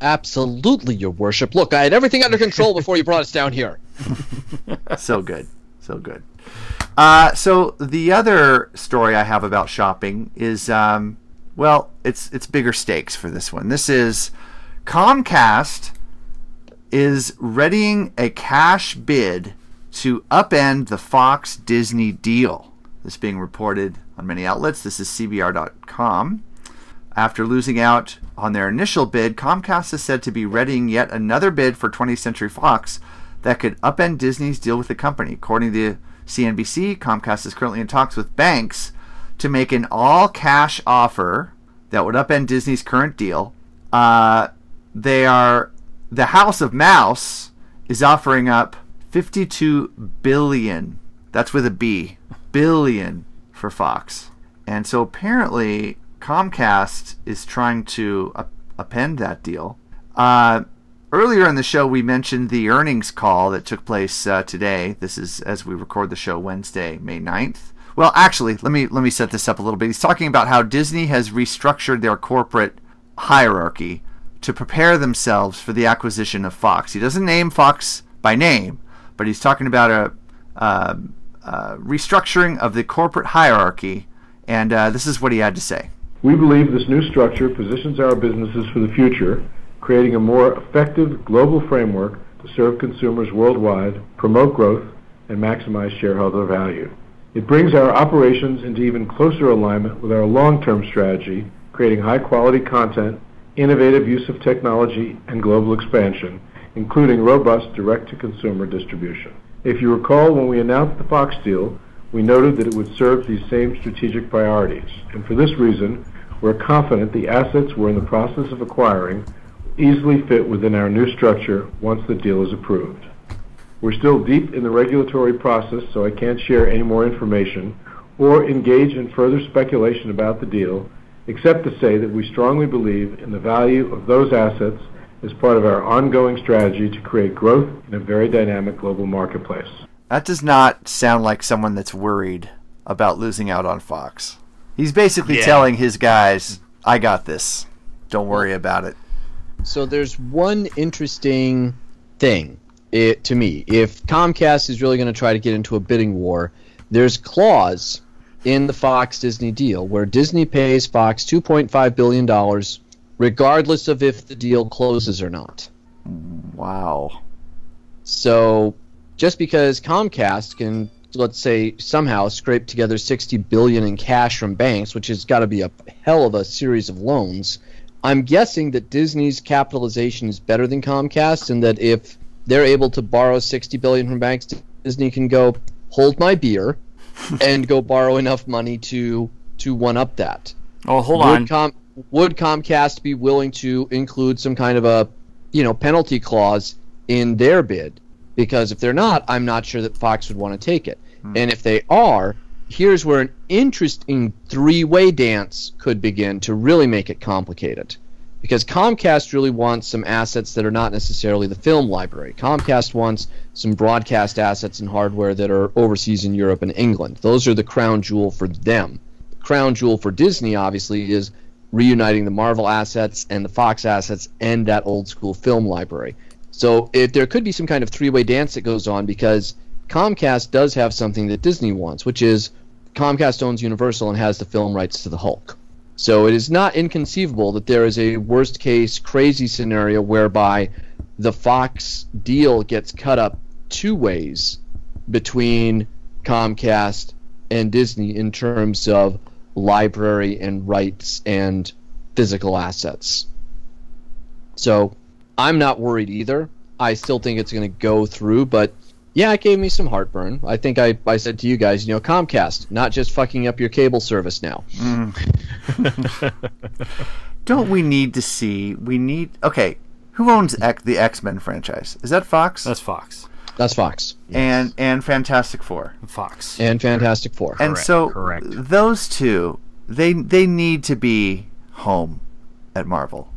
A: Absolutely, Your Worship. Look, I had everything under control before you brought us down here.
B: so good, so good. Uh, so the other story I have about shopping is, um, well, it's it's bigger stakes for this one. This is Comcast is readying a cash bid to upend the Fox Disney deal. This being reported on many outlets. This is CBR.com. After losing out on their initial bid, Comcast is said to be readying yet another bid for 20th Century Fox that could upend Disney's deal with the company. According to CNBC, Comcast is currently in talks with banks to make an all cash offer that would upend Disney's current deal. Uh, they are the House of Mouse is offering up 52 billion. That's with a B. Billion for Fox. And so apparently Comcast is trying to up- append that deal. Uh, earlier in the show, we mentioned the earnings call that took place uh, today. This is as we record the show Wednesday, May 9th. Well, actually, let me let me set this up a little bit. He's talking about how Disney has restructured their corporate hierarchy to prepare themselves for the acquisition of Fox. He doesn't name Fox by name, but he's talking about a, uh, uh restructuring of the corporate hierarchy, and uh, this is what he had to say.
J: We believe this new structure positions our businesses for the future, creating a more effective global framework to serve consumers worldwide, promote growth, and maximize shareholder value. It brings our operations into even closer alignment with our long-term strategy, creating high-quality content, innovative use of technology, and global expansion, including robust direct-to-consumer distribution. If you recall, when we announced the Fox deal, we noted that it would serve these same strategic priorities, and for this reason, we're confident the assets we're in the process of acquiring will easily fit within our new structure once the deal is approved. We're still deep in the regulatory process, so I can't share any more information or engage in further speculation about the deal except to say that we strongly believe in the value of those assets as part of our ongoing strategy to create growth in a very dynamic global marketplace.
B: That does not sound like someone that's worried about losing out on Fox. He's basically
R: Yeah.
B: telling his guys, I got this. Don't worry about it.
A: So there's one interesting thing it, to me. If Comcast is really going to try to get into a bidding war, there's clause in the Fox Disney deal where Disney pays Fox 2.5 billion dollars regardless of if the deal closes or not.
B: Wow.
A: So just because Comcast can let's say somehow scrape together 60 billion in cash from banks, which has got to be a hell of a series of loans, I'm guessing that Disney's capitalization is better than Comcast and that if they're able to borrow 60 billion from banks, Disney can go hold my beer and go borrow enough money to to one up that.
G: Oh, hold
A: would
G: on.
A: Com- would Comcast be willing to include some kind of a, you know, penalty clause in their bid? Because if they're not, I'm not sure that Fox would want to take it.
G: Hmm.
A: And if they are, here's where an interesting three-way dance could begin to really make it complicated. Because Comcast really wants some assets that are not necessarily the film library. Comcast wants some broadcast assets and hardware that are overseas in Europe and England. Those are the crown jewel for them crown jewel for Disney, obviously, is reuniting the Marvel assets and the Fox assets and that old school film library. So if there could be some kind of three way dance that goes on because Comcast does have something that Disney wants, which is Comcast owns Universal and has the film rights to the Hulk. So it is not inconceivable that there is a worst case crazy scenario whereby the Fox deal gets cut up two ways between Comcast and Disney in terms of library and rights and physical assets. So I'm not worried either. I still think it's going to go through, but yeah, it gave me some heartburn. I think I, I said to you guys, you know, Comcast, not just fucking up your cable service now.
B: Don't we need to see? We need. Okay. Who owns X, the X Men franchise? Is that Fox? That's
G: Fox.
A: That's Fox.
B: And and Fantastic Four.
G: Fox.
A: And Fantastic Four.
B: And so those two, they they need to be home at Marvel.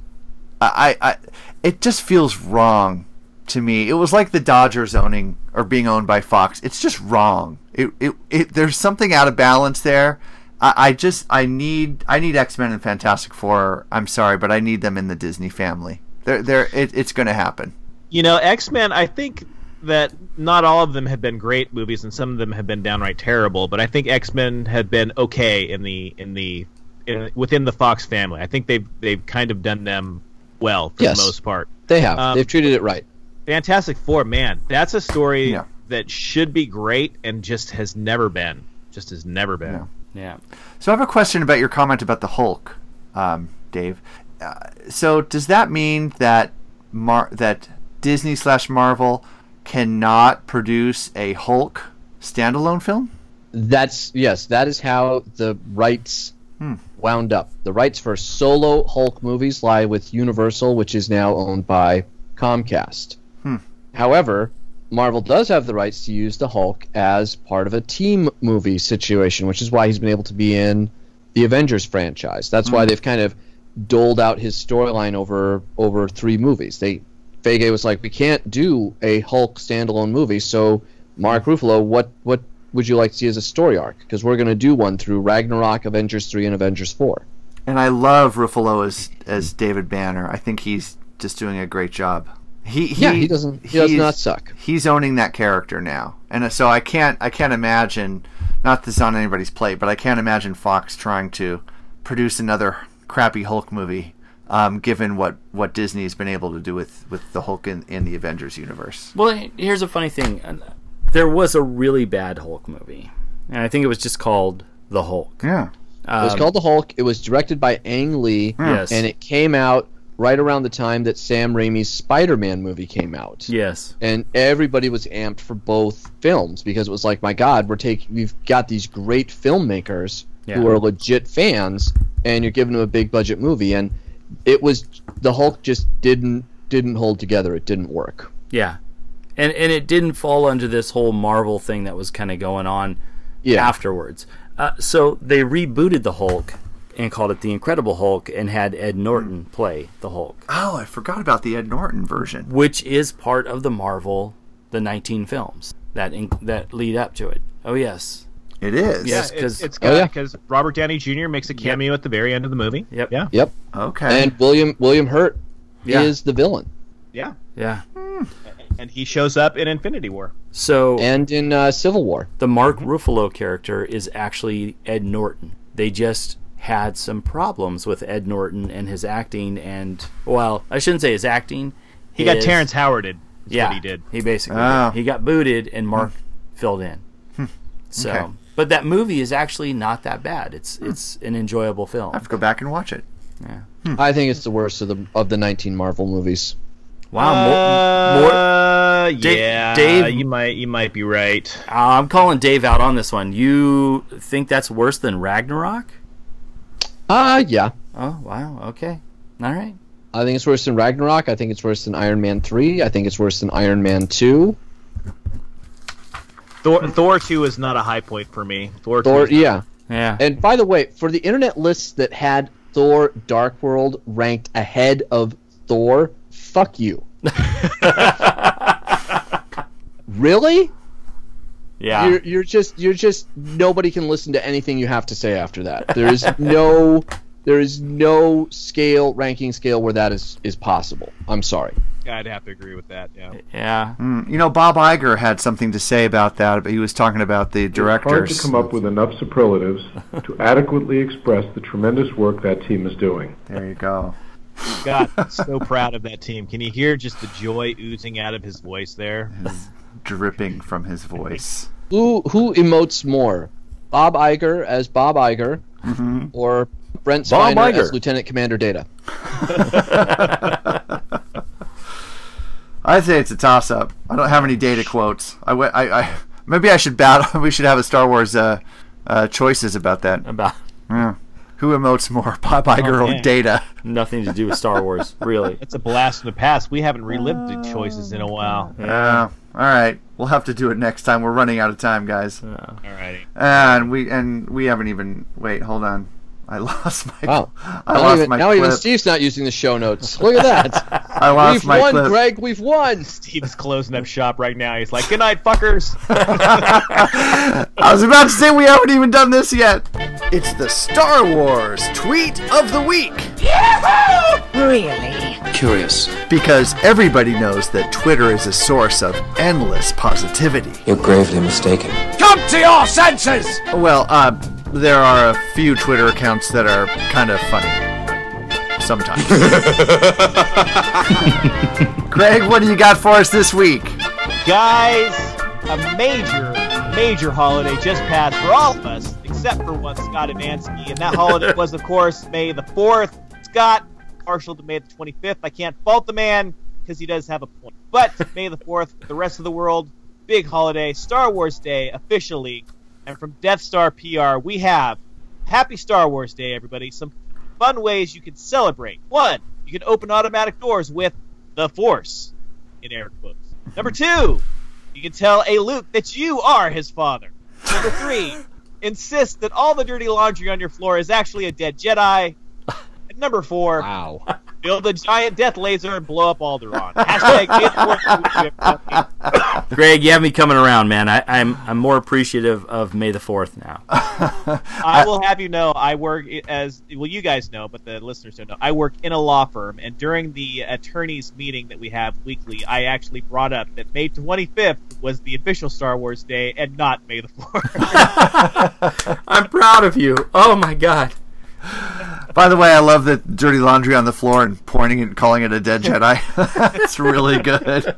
B: I, I I- it just feels wrong to me. It was like the Dodgers owning or being owned by Fox. It's just wrong. It it, it there's something out of balance there. I, I just I need I need X Men and Fantastic Four. I'm sorry, but I need them in the Disney family. They're, they're, it, it's going to happen.
H: You know, X Men. I think that not all of them have been great movies, and some of them have been downright terrible. But I think X Men have been okay in the in the in, within the Fox family. I think they've they've kind of done them well for
A: Yes.
H: the most part.
A: They have.
H: Um,
A: They've treated it right.
H: Fantastic Four, man, that's a story that should be great and just has never been. Just has never been.
G: Yeah.
B: So I have a question about your comment about the Hulk, um, Dave. Uh, so does that mean that Mar- that Disney slash Marvel cannot produce a Hulk standalone film?
A: That's yes, that is how the rights wound up. The rights for solo Hulk movies lie with Universal, which is now owned by Comcast.
B: Hmm.
A: However, Marvel does have the rights to use the Hulk as part of a team movie situation, which is why he's been able to be in the Avengers franchise. That's why
R: Hmm.
A: they've kind of doled out his storyline over over three movies. They Fage was like, "We can't do a Hulk standalone movie, so Mark Ruffalo, what what would you like to see as a story arc? Because we're going to do one through Ragnarok, Avengers three, and Avengers four.
B: And I love Ruffalo as as David Banner. I think he's just doing a great job. He, he
A: Yeah, he doesn't- he does
B: he's-
A: not suck.
B: He's owning that character now, and uh, so I can't I can't imagine. Not this on anybody's plate, but I can't imagine Fox trying to produce another crappy Hulk movie. Um, given what, what Disney's been able to do with, with the Hulk in, in the Avengers universe.
G: Well, he- here's a funny thing. Uh, There was a really bad Hulk movie, and I think it was just called The Hulk.
B: Yeah.
A: it was called the Hulk. It was directed by Ang Lee,
G: Yes.
A: and it came out right around the time that Sam Raimi's Spider Man movie came out.
G: Yes.
A: and everybody was amped for both films because it was like, my God, we're taking, we've got these great filmmakers
G: Yeah.
A: who are legit fans, and you're giving them a big budget movie, and it was the Hulk just didn't didn't hold together. It didn't work.
G: Yeah. And and it didn't fall under this whole Marvel thing that was kind of going on afterwards. Uh, so they rebooted the Hulk and called it The Incredible Hulk and had Ed Norton play the Hulk.
B: Oh, I forgot about the Ed Norton version.
G: Which is part of the Marvel, the 19 films that in, that lead up to it. Oh, yes.
B: It is.
G: Yes,
H: yeah, it's,
G: because
H: it's good because Robert Downey Jr. makes a cameo at the very end of the movie.
G: Yep.
H: Yeah.
Q: Yep.
B: Okay.
Q: And William William Hurt
G: Yeah.
Q: is the villain.
H: Yeah.
G: Yeah.
H: And he shows up in Infinity War.
G: So
Q: and in uh, Civil War,
G: the Mark Ruffalo character is actually Ed Norton. They just had some problems with Ed Norton and his acting, and well, I shouldn't say his acting.
H: He got
G: his-
H: Terrence Howarded. Is
G: Yeah,
H: What he did.
G: He basically
Q: Oh.
B: Ah.
G: did. he got booted, and Mark filled in. so,
B: Okay.
G: but that movie is actually not that bad. It's it's an enjoyable film.
B: I have to go back and watch it.
G: Yeah.
Q: I think it's the worst of the of the 19 Marvel movies.
G: Ah, Wow, more, more,
H: Uh,
G: Dave-
H: yeah.
G: Dave-
H: you might you might be right.
G: I'm calling Dave out on this one. You think that's worse than Ragnarok?
Q: Ah, yeah.
G: Oh wow, okay, all right.
Q: I think it's worse than Ragnarok. I think it's worse than Iron Man 3. I think it's worse than Iron Man 2.
H: Thor, Thor two is not a high point for me. Thor,
Q: Thor,
H: two is-
Q: yeah.
G: Yeah.
Q: And by the way, for the internet lists that had Thor Dark World ranked ahead of Thor, fuck you. really?
G: Yeah.
Q: You're, you're just you're just nobody can listen to anything you have to say after that. There is no there is no scale ranking scale where that is is possible. I'm sorry.
H: I'd have to agree with that. Yeah.
G: yeah.
Q: Hmm.
B: Mm, you know, Bob Iger had something to say about that, but he was talking about the
J: Hard to
B: directors.
J: come up with enough superlatives to adequately express the tremendous work that team is doing.
B: There you go.
H: God, I'm so proud of that team. Can you hear just the joy oozing out of his voice there?
B: Dripping from his voice.
Q: Who who emotes more, Bob Iger as Bob Iger, or Brent
G: Mm-hmm. Bob
Q: Spiner
G: Iger.
Q: as Lieutenant Commander Data?
B: I'd say it's a toss up. I don't have any data quotes. I, went, I, I maybe I should battle. We should have a Star Wars uh, uh, choices about that.
G: About
B: Yeah. Who emotes more, Bob Iger
H: Oh,
B: or
H: yeah.
B: Data?
G: nothing to do with Star Wars, really.
H: That's a blast from the past. We haven't relived the choices in a while.
B: Uh, all right, we'll have to do it next time. We're running out of time, guys.
H: Alrighty.
B: And we and we haven't even. Wait, hold on. I lost my.
Q: Wow.
B: I
Q: now
B: lost
Q: even,
B: my
Q: now
B: clip.
Q: even Steve's not using the show notes. Look at that.
B: I lost
Q: We've
B: my
Q: won,
B: clip.
Q: Greg. We've won.
H: Steve's closing up shop right now. He's like, "Good night, fuckers."
B: I was about to say we haven't even done this yet. It's the Star Wars tweet of the week.
L: Curious.
B: Because everybody knows that Twitter is a source of endless positivity.
E: You're gravely mistaken.
B: Come to your senses! Well, uh, there are a few Twitter accounts that are kind of funny. Sometimes. Greg, what do you got for us this week?
H: Guys, a major, major holiday just passed for all of us, except for one Scott Evansky, and that holiday was, of course, May the fourth. Scott partial to May the twenty-fifth. I can't fault the man because he does have a point. But May the fourth, the rest of the world, big holiday, Star Wars Day officially, and from Death Star PR, we have Happy Star Wars Day, everybody. Some fun ways you can celebrate. One, you can open automatic doors with the Force in air quotes. Number two, you can tell a Luke that you are his father. Number three, insist that all the dirty laundry on your floor is actually a dead Jedi. And number four,
Q: Wow.
H: build a giant death laser and blow up Alderaan. Hashtag May the Fourth be with you.
G: Greg, you have me coming around, man. I, I'm I'm more appreciative of May the Fourth now.
H: I will have you know, I work as well. You guys know, but the listeners don't know. I work in a law firm, and during the attorneys' meeting that we have weekly, I actually brought up that May 25th was the official Star Wars Day, and not May the 4th.
G: I'm proud of you. Oh my God.
B: By the way, I love the dirty laundry on the floor and pointing and calling it a dead Jedi. That's really good.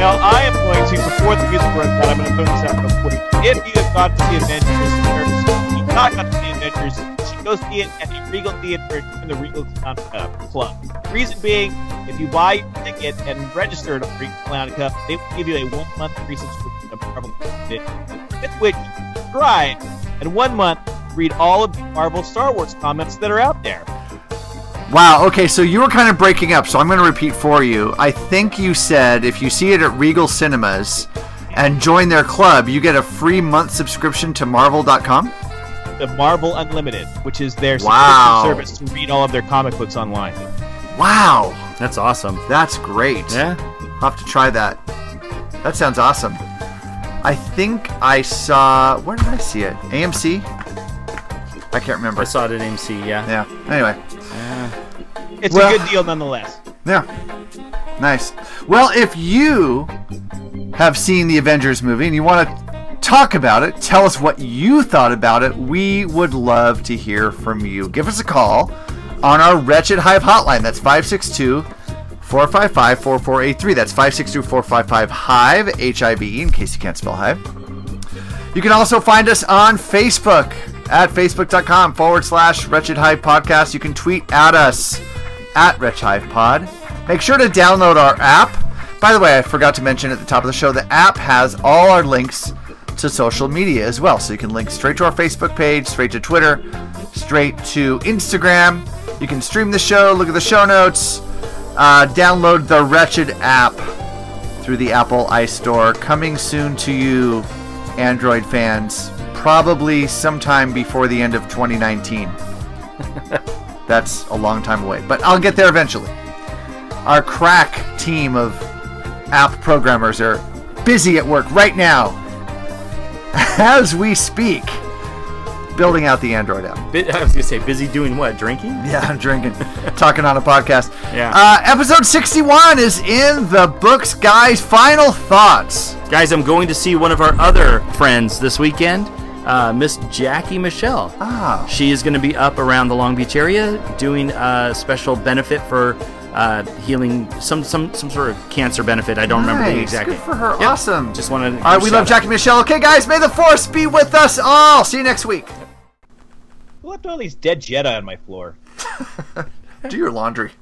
H: Now I am going to, before the music runs out, I'm going to put this out real quick. If you have gone to see Avengers, or if you've not gone to see Avengers, you should go see it at the Regal Theater in the Regal Clown uh, Club. Reason being, if you buy your ticket and register at Regal Clown Club, they will give you a one-month free subscription to Marvel Unlimited, with which you can subscribe and one month read all of the Marvel Star Wars comments that are out there.
B: Wow. Okay, so you were kind of breaking up, so I'm going to repeat for you. I think you said if you see it at Regal Cinemas and join their club, you get a free month subscription to Marvel.com.
H: The Marvel Unlimited, which is their
B: Wow.
H: subscription service to read all of their comic books online.
B: Wow,
G: that's awesome.
B: That's great.
G: Yeah,
B: I'll have to try that. That sounds awesome. I think I saw. Where did I see it? AMC. I can't remember. I
G: saw it at AMC. Yeah.
B: Yeah. Anyway.
H: It's
B: Well-
H: a good deal nonetheless.
B: Yeah. Nice. Well, if you have seen the Avengers movie and you want to talk about it, tell us what you thought about it. We would love to hear from you. Give us a call on our Wretched Hive hotline. That's 562 455 4483. That's 562 455 Hive, H I V E, in case you can't spell Hive. You can also find us on Facebook at facebook.com forward slash wretched hive podcast. You can tweet at us at wretched hive pod. Make sure to download our app. By the way, I forgot to mention at the top of the show, the app has all our links to social media as well. So you can link straight to our Facebook page, straight to Twitter, straight to Instagram. You can stream the show, look at the show notes, uh, download the Wretched app through the Apple iStore. Coming soon to you, Android fans, probably sometime before the end of 2019. That's a long time away, but I'll get there eventually. Our crack team of app programmers are busy at work right now as we speak, building out the Android app.
G: Bu- I was gonna say busy doing what? Drinking?
B: Yeah, I'm drinking, talking on a podcast.
G: Yeah.
B: Uh, episode 61 is in the books, guys. Final thoughts.
G: Guys, I'm going to see one of our other friends this weekend, uh, Miss Jackie Michelle.
B: Ah.
G: She is going to be up around the Long Beach area doing a special benefit for uh, healing some, some some sort of cancer benefit. I don't remember the
B: Nice.
G: exact.
B: Good for her. Awesome.
G: Just wanted. To
B: All right, we love Jackie Michelle. Okay, guys, may the force be with us all. See you next week.
H: Who left all these dead Jedi on my floor?
B: Do your laundry.